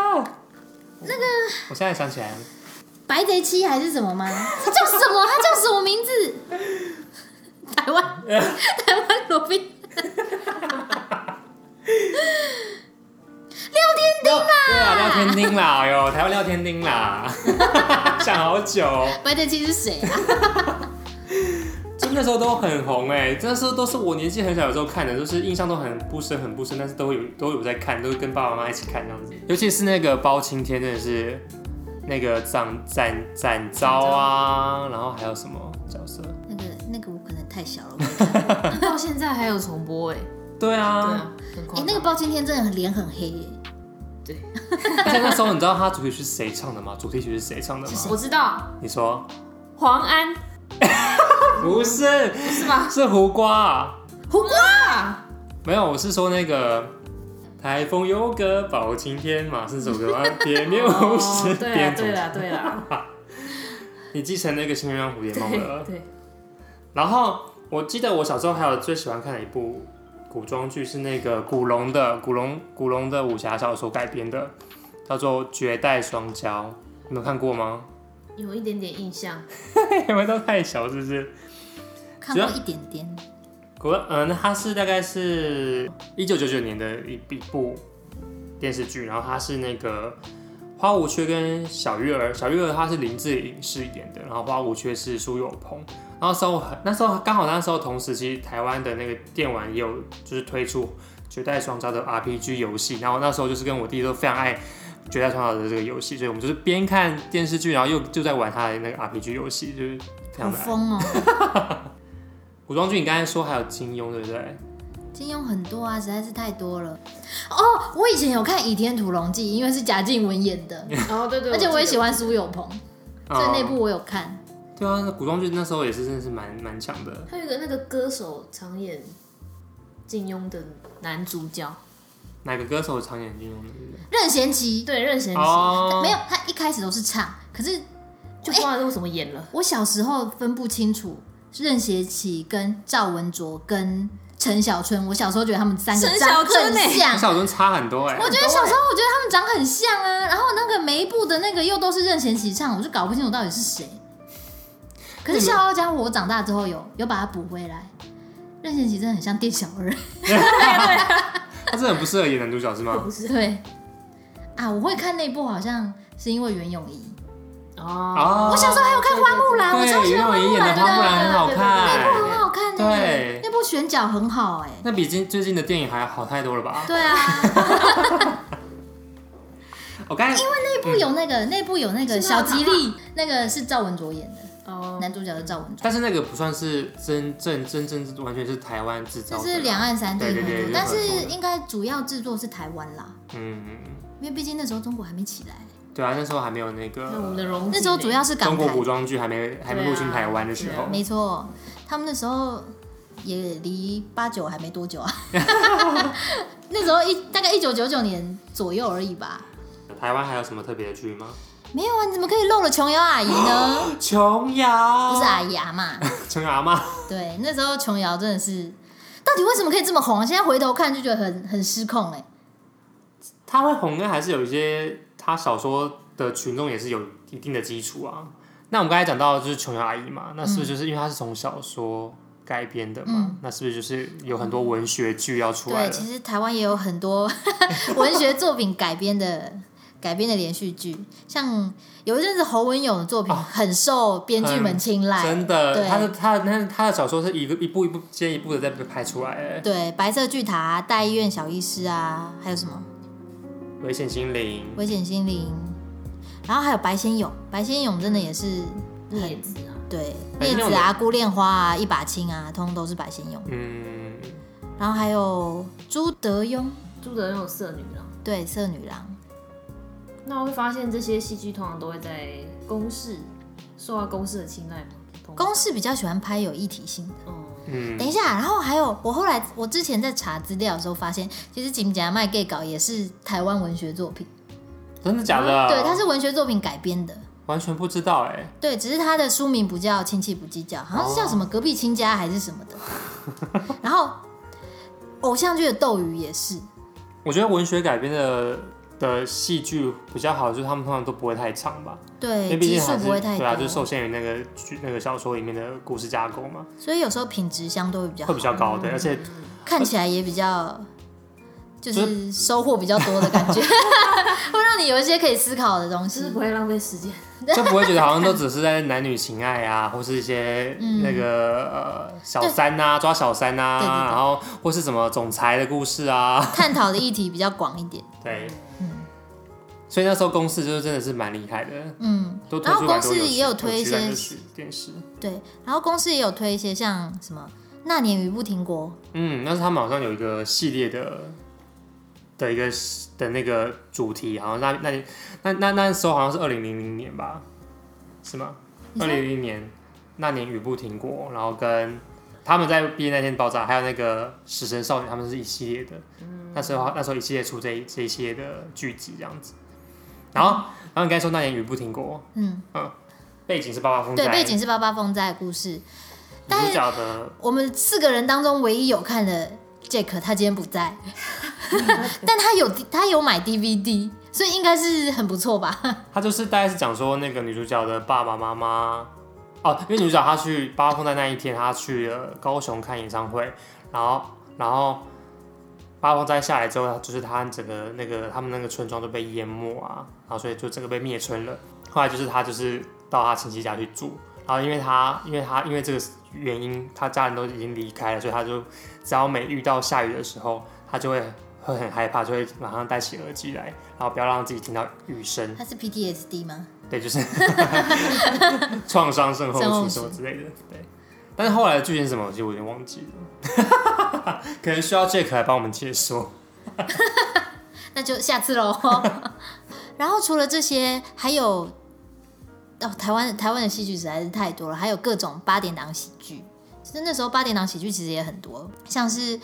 S2: 那个，我现在想起来了，
S3: 白贼七还是什么吗？这叫什么？它叫什么名
S2: *laughs*
S3: 字？台湾台湾罗宾
S2: 廖对啊，廖天丁啦，哎呦，台湾廖天丁 *laughs* 啦，想好久哦、
S3: 白贼七是谁啊？
S2: 就那时候都很红哎、欸，那时候都是我年纪很小的时候看的，就是印象都很不深很不深，但是都有都有在看，都跟爸爸妈妈一起看这样子。尤其是那个包青天，真的是那个展展展昭啊，然后还有什么角色？
S3: 那个那个我可能太小了，
S4: 到现在还有重播哎、
S2: 对
S4: 对
S2: 啊，
S4: 啊，很
S3: 哎、
S4: 夸张。
S3: 那个包青天真的很脸很黑耶，
S4: 对，
S2: 而且那时候你知道他主题曲是谁唱的吗？主题曲是谁唱的吗？
S4: 我知道，
S2: 你说
S4: 黄安
S2: 不是，
S4: 是吧？
S2: 是胡瓜、啊。
S4: *laughs* 胡瓜，
S2: 没有，我是说那个台风有个包青天嘛，是这首歌 *laughs* 吗？铁面无私，
S4: 哦对
S2: 编
S4: 啦，
S2: 组
S4: 对啦，对
S2: *laughs*
S4: 啦，
S2: 你继承那个《新鸳鸯蝴蝶梦》
S4: 对
S2: 了。
S4: 对，
S2: 然后我记得我小时候还有最喜欢看的一部古装剧是那个古龙的古龙古龙的武侠小说改编的，叫做《绝代双骄》，你们看过吗？
S4: 有一点点印象。
S2: 你们都太小是不是？
S4: 啊
S3: 看过一点点。
S2: 古嗯、呃，那它是大概是一九九九年的一一部电视剧，然后它是那个花无缺跟小月儿，小月儿她是林志颖饰演的，然后花无缺是苏有朋。然后那时候很那时候刚好那时候同时期台湾的那个电玩也有就是推出《绝代双骄》的 RPG 游戏，然后那时候就是跟我弟都非常爱。绝代双骄的这个游戏，所以我们就是边看电视剧，然后又就在玩他的那个 RPG 游戏，就是非
S3: 好
S2: 常的爱。
S3: 疯哦！
S2: 古装剧，你刚才说还有金庸，对不对？
S3: 金庸很多啊，实在是太多了。哦，我以前有看《倚天屠龙记》，因为是贾静雯演的，
S4: 哦，对对，
S3: 而且我也
S4: 记
S3: 喜
S4: 得哦
S3: 欢苏有朋，所以那
S2: 嗯
S3: 部我有看。
S2: 对啊，那古装剧那时候也是真的是蛮蛮强的。
S4: 还有一个那个歌手常演金庸的男主角，
S2: 哪个歌手常演金庸的对不对？
S3: 任贤齐
S4: 对任贤齐，
S2: 哦，
S3: 没有，他一开始都是唱，可是
S4: 就不知道为什么演了。
S3: 我小时候分不清楚任贤齐跟赵文卓跟陈小春，我小时候觉得他们三个
S4: 陈
S3: 长
S4: 小春
S3: 很
S4: 欸
S3: 像。
S2: 夏小春差很多哎、
S3: 我觉得小时候我觉得他们长很像啊，然后那个每一部的那个又都是任贤齐唱，我就搞不清楚到底是谁。可是《笑傲江湖》我长大之后有有把它补回来，任贤齐真的很像店小二。 *laughs*
S2: 他真的很不适合演男主角是吗？
S4: 是
S3: 对啊，我会看那部好像是因为袁咏仪，
S4: 哦，
S2: 啊，
S3: 我小时候还有看《花木兰》，我超
S2: 对
S3: 喜
S2: 袁
S3: 欢《花
S2: 咏仪
S3: 木
S2: 演
S3: 兰》
S2: 的《花木兰》很好
S4: 对
S3: 那
S2: 看
S3: 部，很好看呢、
S2: 对
S3: 那部选角很好哎、
S2: 那比今最近的电影还好太多了吧？
S3: 对啊，
S2: 我刚才
S3: 那部有那个，那部有那个小吉利，那个是赵文卓演的，
S4: 哦，
S3: 男主角是赵文卓，
S2: 但是那个不算是真正真正完全是台湾制造
S3: 这
S2: 的，
S3: 是两岸三地合
S2: 对对对
S3: 作
S2: 对，
S3: 但
S2: 合作
S3: 是
S2: 的
S3: 应该主要制作是台湾啦，
S2: 嗯，
S3: 因为毕竟那时候中国还没起来，
S2: 对啊，那时候还没有那
S4: 那我们
S2: 个
S4: 的容
S3: 那时候主要是
S2: 中
S3: 港
S2: 国
S3: 台
S2: 古，装剧还没还没入侵台湾的时
S4: 对
S2: 候
S4: 啊，
S3: 没错，他们那时候也离八九还没多
S2: *laughs*
S3: 久啊，那时候一大概一九九九年左右而已吧。
S2: 台湾还有什么特别的剧吗？
S3: 没有啊，你怎么可以漏了琼瑶阿姨呢？
S2: 琼瑶
S3: 不是啊阿姨阿
S2: *laughs*
S3: 嘛，
S2: 琼瑶吗？
S3: 对，那时候琼瑶真的是，到底为什么可以这么红啊？现在回头看就觉得很很失控哎、
S2: 他会红，应该还是有一些他小说的群众也是有一定的基础啊。那我们刚才讲到就是琼瑶阿姨嘛，那是不是就是因为她是从小说改编的嘛？
S3: 嗯
S2: 那是不是就是有很多文学剧要出来
S3: 对，
S2: 了
S3: 其？实台湾也有很
S2: *laughs*
S3: 多文学作品改编的改编的连续剧，像有一阵子侯文咏的作品很受编剧们青睐，
S2: 哦真的，
S3: 对
S2: 他的他的那他的小说是一个一步一步接一步的在被拍出来，哎
S3: 对，白色巨塔、啊、大医院小医师啊，还有什么
S2: 危险心灵，
S3: 危险心灵，然后还有白先勇，白先勇真的也是
S4: 叶子啊，
S3: 对
S2: 嗯白
S3: 叶
S2: 先勇
S3: 子啊、孤恋花啊、一把青啊，通通都是白先勇。
S2: 嗯，
S3: 然后还有朱德庸，
S4: 朱德那种色女郎。
S3: 对，色女郎，
S4: 那我会发现这些戏剧通常都会在公视受到公视的青睐吗？通常
S3: 公式比较喜欢拍有议题性的。
S4: 哦，
S2: 嗯
S3: 等一下，然后还有我后来我之前在查资料的时候发现，其实《金甲卖 gay 稿》也是台湾文学作品，
S2: 真的假的？
S3: 嗯
S2: 啊
S3: 对，它是文学作品改编的。
S2: 完全不知道哎，
S3: 对，只是它的书名不叫《亲戚不计较》，好像是叫什么“隔壁亲家”还是什么的。
S2: *laughs*
S3: 然后偶像剧的《斗鱼》也是，
S2: 我觉得文学改编的的戏剧比较好，就是他们通常都不会太长吧，因为
S3: 对，
S2: 毕
S3: 集
S2: 竟
S3: 数
S2: 还是
S3: 不会太
S2: 对
S3: 多，
S2: 啊，就受限于那个剧那个小说里面的故事架构嘛，
S3: 所以有时候品质相对会比较好嗯
S2: 会比，较高对，而且
S3: 看起来也比较。就
S2: 就是
S3: 收获比较多的
S2: *laughs*
S3: 感觉，会让你有一些可以思考的东
S4: 就
S3: 西
S4: 是。不会浪费时间。
S2: 就不会觉得好像都只是在男女情爱啊，或是一些那个、呃小三呐、抓小三呐、
S3: 嗯
S2: 啊
S3: 对对对
S2: 然后或是什么总裁的故事啊，
S3: 探讨的议题比较广一点。
S2: 对。所以那时候公司就是真的是蛮厉害的，
S3: 嗯，
S2: 都推
S3: 然
S2: 出
S3: 后
S2: 蛮
S3: 公
S2: 多
S3: 司
S2: 有趣
S3: 也有推一
S2: 趣感
S3: 些
S2: 的，剧电视，
S3: 对，然后公司也有推一些像什么《那年雨不停国》，
S2: 嗯，那是他们好像有一个系列的的一个的那个主题，好像那那那那那时候好像是二零零零年吧，是吗？
S3: 你
S2: 二
S3: 说
S2: 零零年那年雨不停过，然后跟他们在毕业那天爆炸，还有那个死神少女，他们是一系列的。那时
S3: 嗯
S2: 候那时候一系列出这一这一系列的剧集这样子。然后然后你刚才说那年雨不停过，
S3: 嗯，
S2: 背景是八八风灾，
S3: 对，背景是八八风灾的故事。但
S2: 女主角的
S3: 我们四个人当中唯一有看的 Jack，他今天不在，但他有他有买 DVD，所以应该是很不错吧？
S2: 他就是大概是讲说那个女主角的爸爸妈妈，哦，因为女主角她去八八风灾那一天，她去了高雄看演唱会，然后然后八八风灾下来之后，就是她整个那个他们那个村庄都被淹没啊，然后所以就整个被灭村了。后来就是她就是到她亲戚家去住，然后因为她因为她因为这个原因，她家人都已经离开了，所以她就只要每遇到下雨的时候，她就会。会很害怕，就会马上戴起耳机来，然后不要让自己听到雨声。
S3: 他是 PTSD 吗？
S2: 对，就是 *laughs* 创伤症候
S3: 症候群
S2: 群什么之类的。对，但是后来的剧情是什么，其实我有点忘记了， *laughs* 可能需要 Jack 来帮我们解说。
S3: *laughs* 那就下次喽。然后除了这些，还有哦，哦，台湾台湾的戏剧实在是太多了，还有各种八点档喜剧。其实那时候八点档喜剧其实也很多，像是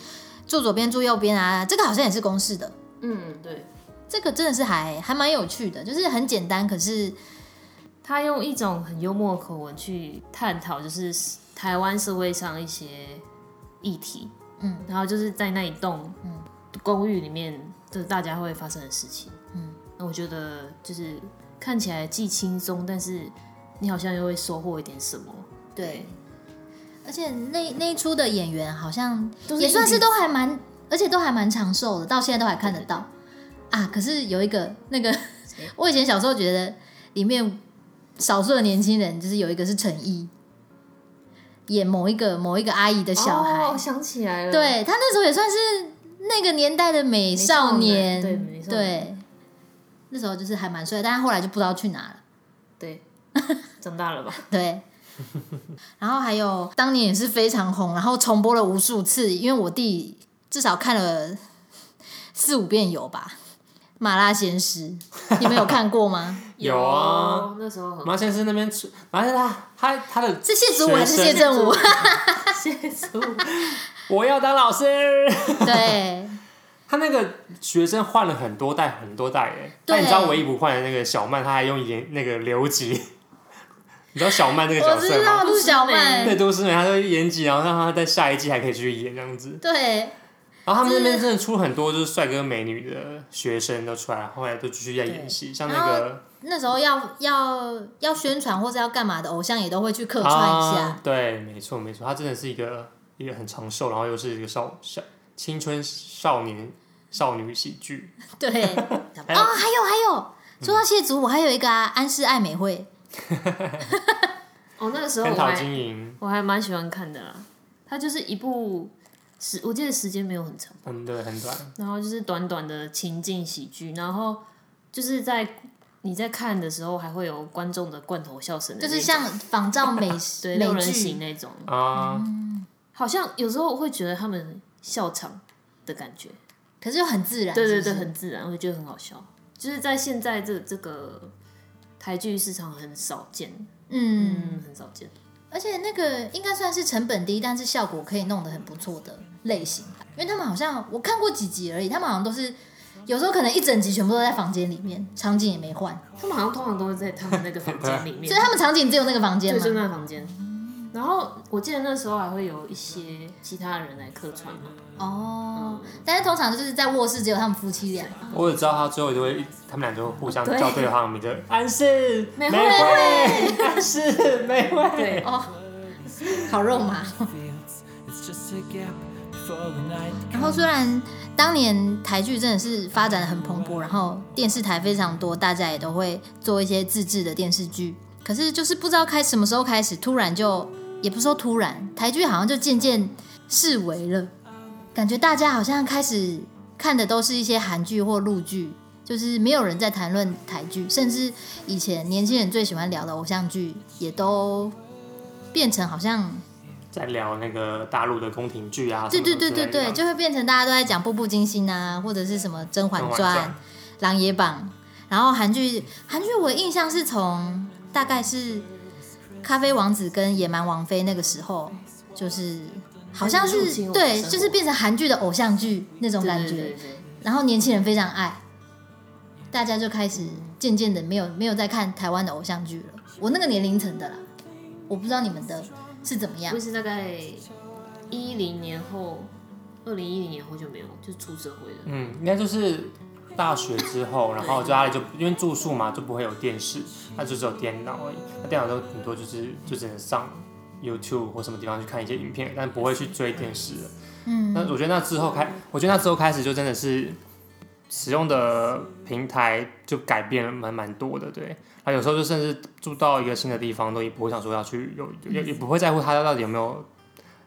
S3: 住左边住右边啊，这个好像也是公式的。
S4: 嗯，对，
S3: 这个真的是还还蛮有趣的，就是很简单，可是
S4: 他用一种很幽默的口吻去探讨，就是台湾社会上一些议题，
S3: 嗯，
S4: 然后就是在那一栋公寓里面，就是大家会发生的事情，
S3: 嗯，
S4: 那我觉得就是看起来既轻松，但是你好像又会收获一点什么，
S3: 对，而且那那一出的演员好像
S4: 都是
S3: 也算
S4: 一
S3: 是
S4: 定
S3: 都还蛮，而且都还蛮长寿的，到现在都还看得到啊。可是有一个 *laughs* 那个，我以前小时候觉得里面少数的年轻人，就是有一个是陈一，演某一个某一个阿姨的小孩，
S4: 哦，想起来了，，
S3: 对他那时候也算是那个年代的美少
S4: 美
S3: 年，
S4: 少男对美少
S3: 对那时候就是还蛮帅，但他后来就不知道去哪了。 *laughs*
S4: 对，长大了吧？
S3: 对，然后还有当年也是非常红，然后重播了无数次，因为我弟至少看了四五遍有吧，《麻辣鲜师》，你们有看过吗？
S2: 有啊，，
S4: 那时候很
S2: 麻先生那边出，麻先生他他他的
S3: 是谢祖武还是
S2: 学
S3: 谢
S2: 生
S3: 振武？
S4: *laughs* 谢谢主
S2: 我要当老师。
S3: 对，
S2: 他那个学生换了很多代，很多代耶。
S3: 对
S2: 但你知道唯一不换的那个小曼，他还用演那个留级。 *laughs* 你知道小曼那个
S3: 我
S2: 角
S3: 知
S2: 色吗
S3: 道？陆小
S2: 对，
S3: 曼，
S2: 都市美，他就延级，然后让他在下一季还可以继续演这样子。
S3: 对
S2: 然后他们那边真的出很多就是帅哥美女的学生都出来，后来都继续在演戏，像那个
S3: 那时候要要要宣传或者要干嘛的，偶像也都会去客串一下。
S2: 啊，对，没错没错，他真的是一个一个很长寿，然后又是一个少少青春少年少女喜剧。
S3: 对，哦，还
S2: 还有
S3: 有还有，说到谢祖武，还有一个啊，安室爱美惠，
S4: 哦，那个时候
S2: 跟
S4: 我
S2: 陶
S4: 还
S2: 晶莹，
S4: 我还蛮喜欢看的啦。它就是一部时，我记得时间没有很长，
S2: 嗯，对，很短。
S4: 然后就是短短的情境喜剧，然后就是在你在看的时候还会有观众的罐头笑声的那
S3: 就
S4: 种，
S3: 是像仿照美
S4: 对六
S3: 美
S4: 人
S3: 剧
S4: 行，那种，
S2: 啊、
S4: 好像有时候我会觉得他们笑场的感觉，
S3: 可是又很自然，
S4: 对对
S3: 是
S4: 对，
S3: 不是
S4: 很自然，我觉得很好笑。就是在现在这这个台剧市场很少见，
S3: 嗯，
S4: 嗯，很少见。
S3: 而且那个应该算是成本低，但是效果可以弄得很不错的类型吧，因为他们好像我看过几集而已，他们好像都是有时候可能一整集全部都在房间里面，场景也没换，
S4: 他们好像通常都会在他们那个房间
S3: *laughs*
S4: 里面，
S3: 所以他们场景只有那个房间
S4: 对，就
S3: 嘛，
S4: 那个房间。然后我记得那时候还会有一些其他人来客串嘛，
S3: 哦，但是通常就是在卧室只有他们夫妻俩，
S2: 我只知道他最后就会，他们俩就互相
S4: 对
S2: 叫对方的
S3: *laughs*
S2: 名字，安室
S4: 美
S2: 美
S4: 惠
S2: 惠，安室美惠。
S4: 对，
S3: 哦，好肉麻。
S5: fields. It's just a gap before the night.
S3: 然后虽然当年台剧真的是发展的很蓬勃，然后电视台非常多，大家也都会做一些自制的电视剧，可是就是不知道开什么时候开始，突然就也不是说突然，台剧好像就渐渐式微了，感觉大家好像开始看的都是一些韩剧或陆剧。就是没有人在谈论台剧，甚至以前年轻人最喜欢聊的偶像剧，也都变成好像
S2: 在聊那个大陆的宫廷剧啊，
S3: 对对
S2: 什么
S3: 对
S2: 之
S3: 对
S2: 类的
S3: 对，就会变成大家都在讲《步步惊心》啊，或者是什么《甄嬛
S2: 甄嬛
S3: 传》《
S2: 传
S3: 琅琊榜》，然后韩剧，韩剧我印象是从大概是《咖啡王子》跟《野蛮王妃》那个时候，就是好像
S4: 入
S3: 是
S4: 侵我们
S3: 对，
S4: 生活
S3: 就是变成韩剧的偶像剧那种
S4: 对
S3: 感觉，
S4: 对对对
S3: 然后年轻人非常爱，大家就开始渐渐的没有没有在看台湾的偶像剧了。我那个年龄层的啦，我不知道你们的是怎么样
S4: 我也。是大概一零年后，二零一零年后就没有，就出社会了。
S2: 嗯，应该就是大学之后，然后家里就因为住宿嘛，就不会有电视，那就只有电脑而已。那电脑都很多，就是就只能上 YouTube 或什么地方去看一些影片，但不会去追电视了。
S3: 嗯，
S2: 那我觉得那之后开，我觉得那之后开始就真的是使用的平台就改变了蛮蛮多的，对。啊，有时候就甚至住到一个新的地方，都也不会想说要去有也也不会在乎他到底有没有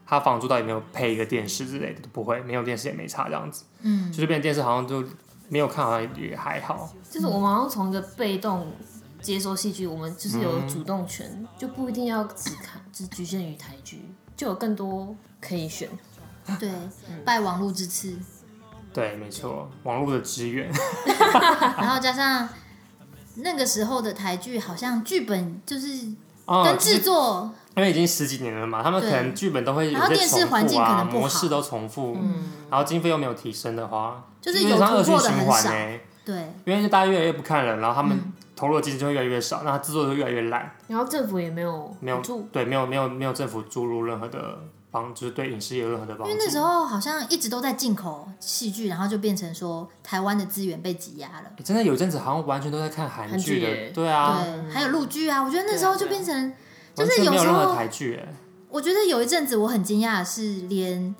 S2: 他房租到底有没有配一个电视之类的，都不会，没有电视也没差这样子。
S3: 嗯，
S2: 就是变成电视好像就没有看，好像也还好。
S4: 就是我们好像从一个被动接收戏剧，我们就是有主动权，就不一定要只看，只局限于台剧，就有更多可以选。 *laughs*
S3: 对，
S4: 嗯
S3: 拜网络之赐， *laughs*
S2: 对，没错，网络的支援，
S3: 然后加上那个时候的台剧好像剧本就是
S2: 哦，
S3: 跟制作，
S2: 因为已经十几年了嘛，他们可
S3: 对
S2: 能剧本都会有
S3: 然后
S2: 些
S3: 电视
S2: 重复
S3: 环境可
S2: 啊，
S3: 能不
S2: 模
S3: 好嗯
S2: 式都重复，然后经费又没有提升的话，
S3: 就是
S2: 基本
S3: 有
S2: 上
S3: 突
S2: 恶性
S3: 破的
S2: 循
S3: 很
S2: 环
S3: 少嗯
S2: 欸
S3: 对
S2: 因为就大家越来越不看了，然后他们投入的基金就会越来越少，那他制作就越来越烂，
S4: 然后政府也没有
S2: 没有
S4: 补助，
S2: 对，没有没有没有政府注入任何的帮，就是对影视有任何的帮
S3: 因
S2: 助。
S3: 为那时候好像一直都在进口戏剧，然后就变成说台湾的资源被挤压了。
S2: 欸真的有阵子好像完全都在看韩
S4: 韩
S2: 剧
S4: 剧
S2: 的，
S4: 耶
S2: 对啊，
S3: 对，还有陆剧啊，我觉得那时候就变成，就
S2: 完
S3: 是
S2: 全
S3: 有
S2: 没有
S3: 时
S2: 任何
S3: 候
S2: 台剧欸，
S3: 我觉得有一阵子我很惊讶的是，连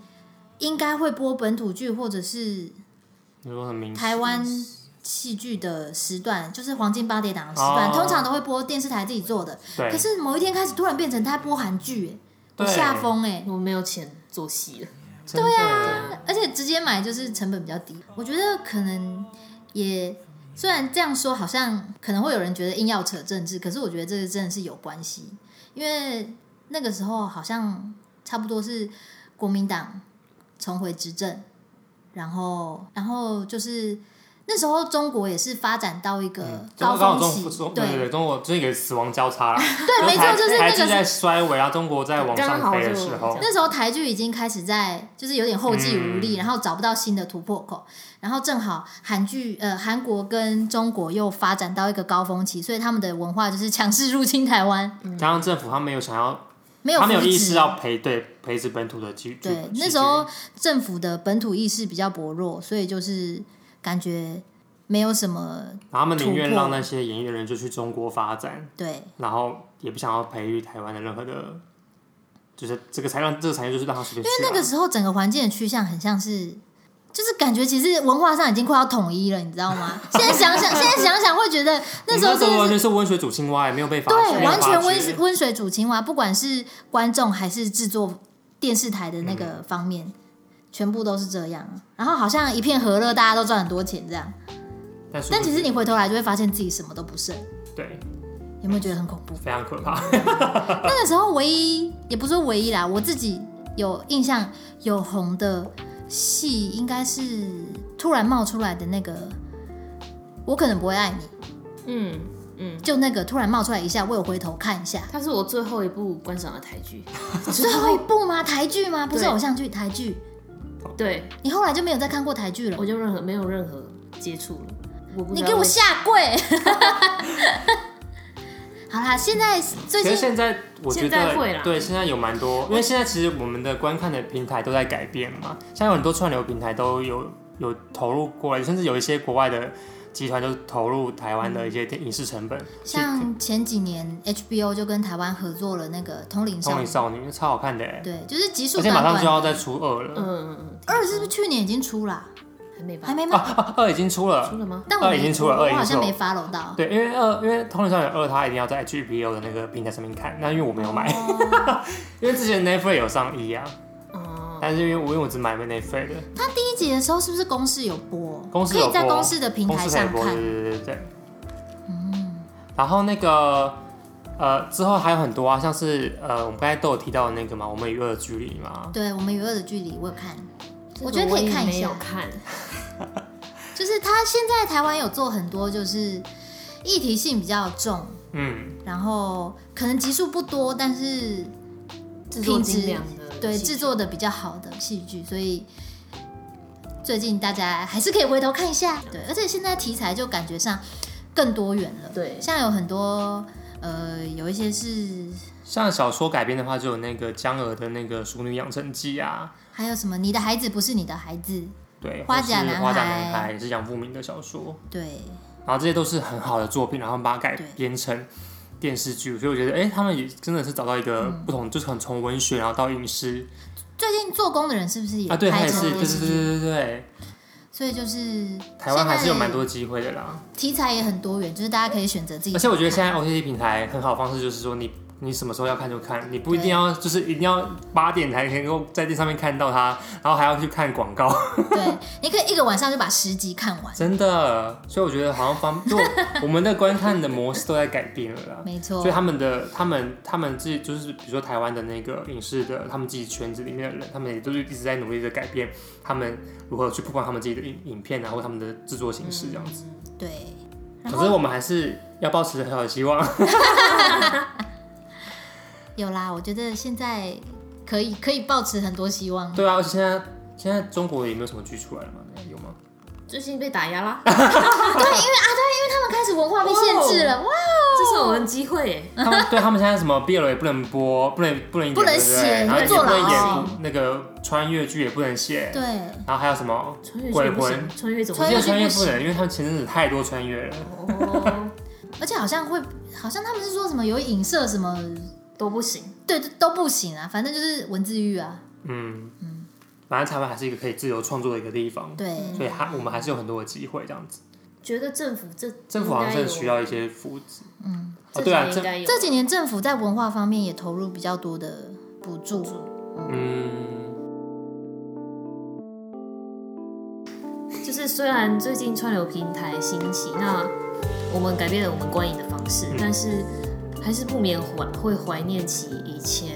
S3: 应该会播本土剧或者是
S2: 你说很明显
S3: 台湾戏剧的时段，就是黄金八点档的时段，
S2: 哦
S3: 通常都会播电视台自己做的。
S2: 对
S3: 可，是某一天开始，突然变成他播韩剧、欸，
S2: 对
S3: 我吓疯哎！
S4: 我没有钱做戏了。
S2: 对啊，
S3: 而且直接买就是成本比较低，我觉得可能也虽然这样说，好像可能会有人觉得硬要扯政治，可是我觉得这个真的是有关系，因为那个时候好像差不多是国民党重回执政，然后然后就是。那时候中国也是发展到一个高
S2: 嗯中国
S3: 峰
S2: 中
S3: 期，
S2: 中对
S3: 对
S2: 对对，中国最近有死亡交叉
S3: *laughs*
S2: 啦，
S3: 对，没错，
S2: 台
S3: 就是那
S2: 台
S3: 个
S2: 剧
S3: 时候
S2: 在衰微，然后中国在往
S4: 刚
S2: 上
S4: 好
S2: 飞的
S4: 就
S2: 时候，
S3: 那时候台剧已经开始在，就是有点后继无力，
S2: 嗯
S3: 然后找不到新的突破口，然后正好韩剧呃韩国跟中国又发展到一个高峰期，所以他们的文化就是强势入侵台湾，
S2: 加上政府他没有想要，
S3: 没有
S2: *laughs* 他没有
S3: 扶持
S2: 意识要培对培植本土的剧剧
S3: 对
S2: 本，
S3: 那时候政府的本土意识比较薄弱，所以就是感觉没有什么
S2: 然后他们宁愿
S3: 突破
S2: 让那些演艺人就去中国发展，
S3: 对
S2: 然后也不想要培育台湾的任何的，就是这个才让这个产业就是让他随便去、啊，
S3: 那个时候整个环境的趋向很像是，就是感觉其实文化上已经快要统一了，你知道吗？现在想想，现在想想会觉得那时候
S2: 我们
S3: 真
S2: 完
S3: 的是。
S2: 全是温水煮青蛙，也没有被发
S3: 对，
S2: 没有
S3: 完
S2: 发
S3: 全
S2: 觉
S3: 温水温水煮青蛙，不管是观众还是制作电视台的那
S2: 嗯
S3: 个方面，全部都是这样。然后好像一片和乐，大家都赚很多钱这样，
S2: 但是
S3: 但其实你回头来就会发现自己什么都不剩，
S2: 对
S3: 有没有觉得很
S2: *laughs*
S3: 恐怖？
S2: 非常可怕，
S3: 那个时候唯一也不是说唯一啦，我自己有印象有红的戏应该是突然冒出来的那个，我可能不会爱你，
S4: 嗯嗯，
S3: 就那个突然冒出来一下，我有回头看一下，
S2: *laughs*
S4: 它是我最后一部观赏的台剧，
S3: 最后一部吗？台剧吗？不是
S4: 对
S3: 偶像剧，台剧。
S4: 对
S3: 你后来就没有再看过台剧了
S4: 我。就任何没有任何接触了。我不知
S3: 你
S4: 道
S3: 给我
S4: 为
S3: 下跪！ *laughs* 好啦，现在最
S2: 其
S3: 近
S2: 实现在我觉
S4: 现在会
S2: 得
S4: 啦
S2: 对现在有蛮多，因为现在其实我们的观看的平台都在改变嘛，像有很多串流平台都有有投入过来，甚至有一些国外的集团就投入台湾的一些电影视成本，去
S3: 像前几年 HBO 就跟台湾合作了那个《通灵
S2: 通
S3: 少
S2: 灵
S3: 女》，
S2: 少女超好看的欸，
S3: 对，就是集数
S2: 而且马
S3: 短
S2: 上就要
S3: 短。
S2: 再出二
S4: 嗯
S2: 了，
S4: 嗯嗯
S3: 二是不是去年已经出啦？
S4: 嗯，还没吧？
S3: 还没吗？
S2: 啊二已经出
S4: 出
S2: 了。
S4: 了吗？
S3: 但我
S2: 二
S3: 没
S2: 已经出了二已
S3: 我
S2: 经
S3: 好像
S2: 出了
S3: 没 follow 到。
S2: 对，因为二，因为《通灵少女二》它一定要在 HBO 的那个平台上面看，那因为我没有买， *laughs* 因为之前 Netflix 有上一啊，
S4: 哦，
S2: 但是因为我因为我只买 Netflix 的，
S3: 它第一集的时候是不是公司有播？
S2: 公司
S3: 可
S2: 有
S3: 以在
S2: 播
S3: 公司的平
S2: 公
S3: 台
S2: 司可以
S3: 上
S2: 播，对
S3: 看。嗯
S2: 对对对对。然后那个呃，之后还有很多啊，像是呃，我们刚才都有提到的那个嘛，我们与恶的距离嘛，
S3: 对我们娱乐的距离，我有看。
S4: 这个
S3: 我觉得可以
S4: 也
S3: 看一
S4: 没
S3: 下
S4: 有看，
S3: 就是他现在台湾有做很多，就是议题性比较重，
S2: 嗯，
S3: 然后可能集数不多，但是
S4: 制作
S3: 品质
S4: 精良的，
S3: 对制作。的比较好的戏剧，所以最近大家还是可以回头看一下。对，而且现在题材就感觉上更多元了。
S4: 对
S3: 像有很多呃，有一些是
S2: 像小说改编的话，就有那个江娥的那个《熟女养成记》啊，
S3: 还有什么你的孩子不是你的孩子，
S2: 对，
S3: 花
S2: 或是
S3: 甲男
S2: 花甲
S3: 孩
S2: 男孩也是杨富明的小说，
S3: 对
S2: 然后这些都是很好的作品，然后把它改
S3: 对
S2: 编成。电视剧，所以我觉得，哎、他们也真的是找到一个不同，就是很从文学然后到影视
S3: 最近做工的人是不是也
S2: 啊，对，他
S3: 拍
S2: 也
S3: 成
S2: 是，对
S3: 电
S2: 对
S3: 视
S2: 对
S3: 剧？
S2: 对对对，
S3: 所以就是
S2: 台湾还是
S3: 现
S2: 有
S3: 在
S2: 蛮多机会的啦。
S3: 题材也很多元，就是大家可以选择自己
S2: 而
S3: 想看。
S2: 且我觉得现在 OTT 平台很好的方式就是说你，你什么时候要看就看，你不一定要就是一定要八点才能够在这上面看到它，然后还要去看广告， *laughs*
S3: 对，你可以一个晚上就把十集看完，
S2: 真的。所以我觉得好像方就我们的观看的模式都在改变了啦。
S3: 没错
S2: 所以。他们的他们他们自己就是比如说台湾的那个影视的他们自己圈子里面的人，他们也都是一直在努力的改变他们如何去曝光他们自己的影影片啊，然后他们的制作形式这样子。
S3: 对，
S2: 可是我们还是要保持很小的希望。
S3: 有啦，我觉得现在可以可以抱持很多希望。
S2: 对啊，而且现在现在中国也没有什么剧出来了嘛，有吗？
S4: 最近被打压啦，
S3: 哦他们开始文化被限制了，哇，
S4: 这是我们机会耶。
S2: 他们对他们现在什么 BL 也不能播，不能不能演
S3: 不能
S2: 对对
S3: 写
S2: 然后也
S3: 会坐
S2: 不能
S3: 牢
S2: 演那个穿越剧也不能写，
S3: 对，
S2: 然后还有什么
S4: 穿越
S2: 鬼
S4: 剧不
S2: 魂
S4: 行，？穿越怎么
S2: 我记
S3: 越
S2: 得
S3: 剧
S2: 穿越
S3: 不
S2: 不能，因为他们前阵子太多穿越了，
S4: 哦
S3: 而且好像会，好像他们是说什么有影射什么，
S4: 都不行。
S3: 对，都不行啊，反正就是文字狱啊，
S2: 嗯反正台湾还是一个可以自由创作的一个地方，
S3: 对，
S2: 所以还我们还是有很多的机会这样子。
S4: 觉得政府这
S2: 政府好
S4: 应
S2: 像
S4: 该
S2: 是
S4: 有
S2: 需要一些扶持，
S3: 嗯，
S2: 哦对啊，
S4: 这几年应
S2: 政
S4: 该有
S3: 这几年政府在文化方面也投入比较多的补助，
S2: 嗯，
S4: 就是虽然最近串流平台兴起，那我们改变了我们观影的方式，但是还是不免怀会怀念起以前，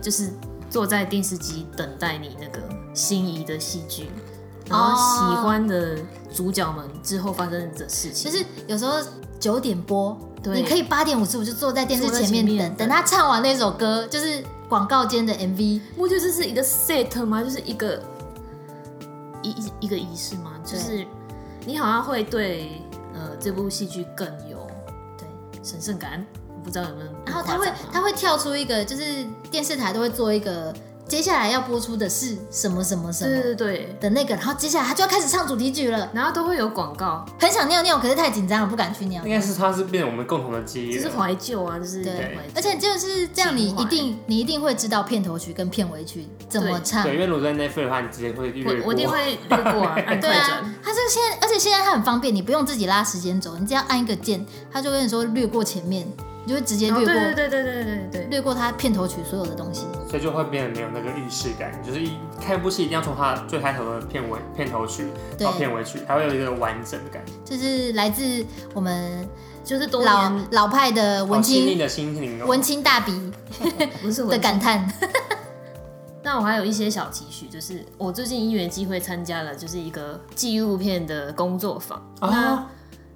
S4: 就是坐在电视机等待你那个心仪的戏剧，然后喜欢的主角们之后发生的事情，
S3: 就是有时候九点播，
S4: 对
S3: 你可以八点五十五就坐在电视
S4: 坐在
S3: 前
S4: 前
S3: 面
S4: 面
S3: 等，
S4: 等
S3: 等他唱完那首歌，就是广告间的 MV，
S4: 不就是是一个 set 吗？就是一个一一一个仪式吗？就是你好像会对呃这部戏剧更有
S3: 对，
S4: 神圣感，不知道有没有？
S3: 然后他会
S4: 啊
S3: 他会跳出一个，就是电视台都会做一个接下来要播出的是什么什么什
S4: 对
S3: 么
S4: 对对，
S3: 的那个，然后接下来他就要开始唱主题曲了，
S4: 然后都会有广告，
S3: 很想尿尿，可是太紧张了，不敢去尿
S2: 应。该是它是变成我们共同的记忆
S4: 就
S2: 了，
S4: 是怀旧啊，就是
S3: 对
S4: 怀旧
S3: 而且就是这样，你
S4: 情怀
S3: 一定你一定会知道片头曲跟片尾曲怎么
S4: 对
S3: 唱
S2: 对，。因为如果在 Netflix 的话，你直接会略
S4: 我我一定
S2: 过。
S4: 会略过
S3: *laughs*
S4: 啊，按
S3: 对
S4: 快
S3: 啊
S4: 转。，
S3: 它这现在，而且现在它很方便，你不用自己拉时间轴，你只要按一个键，它就跟你说略过前面，你就会直接
S4: 然后
S3: 略过、
S4: 哦对对对对对对对，
S3: 略过它片头曲所有的东西。
S2: 所以就会变得没有那个意识感，就是一看一部戏一定要从它最开头的片尾、片头曲到片
S3: 对，
S2: 尾曲，它会有一个完整的感觉。
S3: 就是来自我们
S4: 就是多
S3: 老
S4: 年
S3: 老派的文
S2: 好细腻
S3: 青、
S2: 的心灵哦、
S3: 文青大鼻
S4: 不是我
S3: 的感叹。
S4: 那我还有一些小期许，就是我最近因缘机会参加了，就是一个纪录片的工作坊。
S3: 哦
S4: 那
S2: 啊，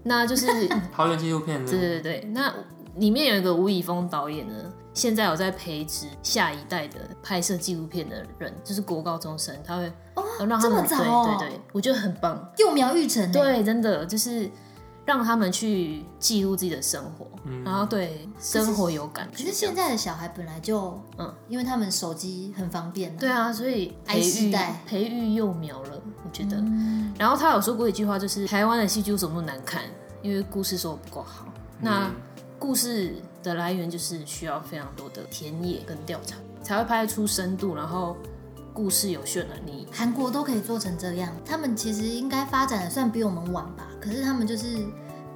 S4: 那
S3: *laughs*
S4: 就是
S2: 桃园纪录片呢
S4: 对？对对，那里面有一个吴以峰导演呢，现在有在培植下一代的拍摄纪录片的人，就是国高中生，他会
S3: 哦，
S4: 让他
S3: 这么
S4: 们
S3: 早哦，
S4: 对对对，我觉得很棒。
S3: 幼苗育成欸，
S4: 对，真的就是让他们去记录自己的生活，然后对生活有感
S3: 嗯可
S4: 觉。
S3: 是现在的小孩本来就，嗯
S4: 嗯，
S3: 因为他们手机很方便、啊，
S4: 对啊，所以
S3: 爱
S4: 培
S3: 世
S4: 育
S3: 代嗯
S4: 培育幼苗了，我觉得。然后他有说过一句话，就是台湾的戏剧为什么那么难看？因为故事说不够好。
S3: 嗯
S4: 那故事的来源就是需要非常多的田野跟调查，才会拍出深度，然后故事有渲染力。
S3: 韩国都可以做成这样，他们其实应该发展的算比我们晚吧，可是他们就是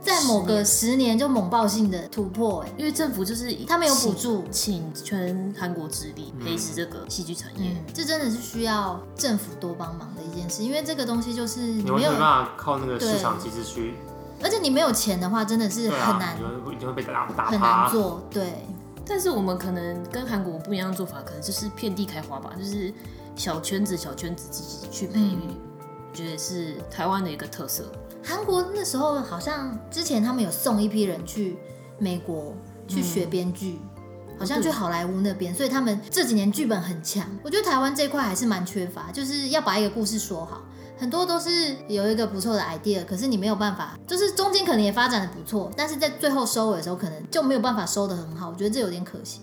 S3: 在某个十年就猛爆性的突破、哎，
S4: 因为政府就是以
S3: 他们有补助
S4: 请请全韩国之力培植这个戏剧产业。
S3: 嗯，这真的是需要政府多帮忙的一件事，因为这个东西就是
S2: 你
S3: 你
S2: 完
S3: 没有
S2: 全没，办法靠那个市场机制去，
S3: 而且你没有钱的话，真的是
S2: 对
S3: 很
S2: 啊，
S3: 难、
S2: 你会你会被打打
S3: 很难
S2: 趴。
S3: 做，对，
S4: 但是我们可能跟韩国不一样的做法，可能就是遍地开花吧，就是小圈子、小圈子自己去培育，我觉得是台湾的一个特色。
S3: 韩国那时候好像之前他们有送一批人去美国
S2: 嗯
S3: 去学编剧，
S2: 哦
S3: 好像去好莱坞那边，所以他们这几年剧本很强。我觉得台湾这块还是蛮缺乏，就是要把一个故事说好。很多都是有一个不错的 idea，可是你没有办法，就是中间可能也发展的不错，但是在最后收尾的时候，可能就没有办法收的很好，我觉得这有点可惜。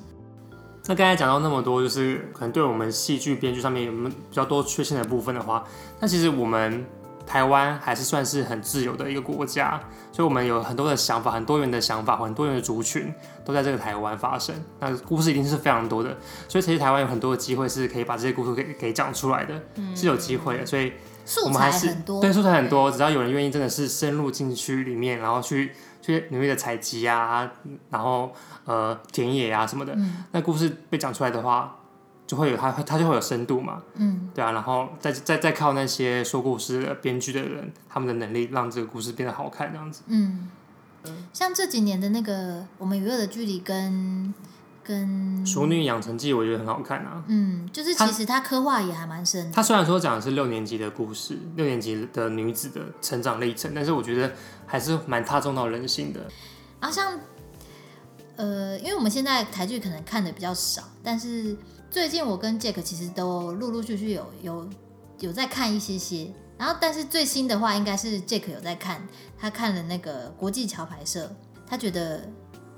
S2: 那刚才讲到那么多，就是可能对我们戏剧编剧上面有没有比较多缺陷的部分的话，那其实我们台湾还是算是很自由的一个国家，所以我们有很多的想法、很多元的想法、很多元的族群都在这个台湾发生。那故事一定是非常多的，所以其实台湾有很多的机会是可以把这些故事给给讲出来的，是有机会的。所以我
S3: 素
S2: 们还
S3: 材
S2: 是
S3: 很多，
S2: 对素材很多，只要有人愿意真的是深入进去里面，然后去去努力的采集啊，然后呃田野啊什么的，
S3: 嗯
S2: 那故事被讲出来的话，就会有它它就会有深度嘛，
S3: 嗯，
S2: 对啊，然后再再再靠那些说故事的编剧的人，他们的能力让这个故事变得好看，这样子。
S3: 嗯，像这几年的那个我们娱乐的距离跟跟
S2: 《熟女养成记》我觉得很好看啊。
S3: 嗯，就是
S2: 它
S3: 其实他刻画也还蛮深的。
S2: 它虽然说讲的是六年级的故事，六年级的女子的成长历程，但是我觉得还是蛮踏中到人心的。
S3: 然后像呃，因为我们现在台剧可能看的比较少，但是最近我跟 Jack 其实都陆陆续续有有有在看一些些。然后，但是最新的话应该是 Jack 有在看，他看了那个国际桥牌社，他觉得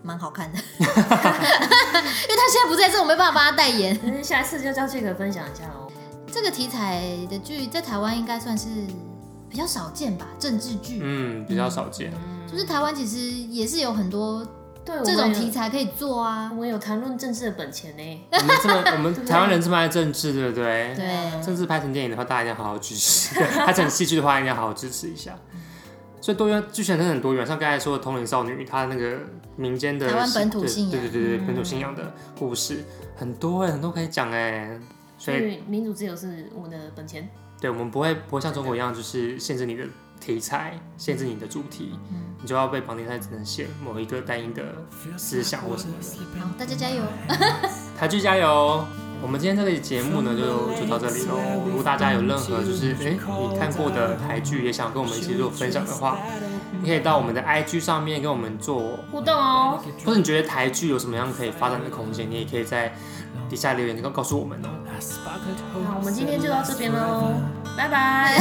S3: 蛮好看的， *laughs* 因为他现在不在这，我没办法帮他代言。
S4: 但是嗯下一次就叫这个分享一下哦。
S3: 这个题材的剧在台湾应该算是比较少见吧，政治剧，
S2: 嗯，比较少见。
S3: 就是台湾其实也是有很多
S4: 对，
S3: 这种题
S4: 题材，
S3: 材可以做啊
S4: 我。们有谈论政治的本钱呢。
S2: 我们这么，我们台湾人这么爱政治，对不对？
S3: 对，
S2: 政治拍成电影的话，大家一定要好好支持； *laughs* 拍成戏剧的话，一定要好好支持一下。所以多元剧情真的很多元，像刚才说的《通灵少女》，它那个民间的
S3: 台湾本土
S2: 对
S3: 信仰嗯
S2: 对对对对本土信仰的故事很多哎，很多可以讲哎。
S4: 所
S2: 所以
S4: 以民主自由是我们的本钱。
S2: 对，我们不会不会像中国一样，就是限制你的题材，限制你的主题，
S3: 嗯
S2: 你就要被绑定在只能写某一个单一的思想或什么的。
S3: 好，大家加油！
S2: 台剧加油哦！我们今天这个节目呢，就就到这里喽。如果大家有任何就是诶你看过的台剧，也想跟我们一起做分享的
S5: *laughs*
S2: 话，你可以到我们的 IG 上面跟我们做，
S4: 互动哦，
S2: 或者你觉得台剧有什么样可以发展的空间，你也可以在底下留言告告诉我们哦。
S4: 那
S5: 好
S4: 我们今天就到这边喽，拜拜。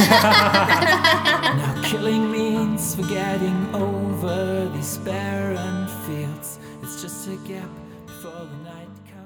S5: Now killing means forgetting over these barren fields. It's just a gap before the night comes.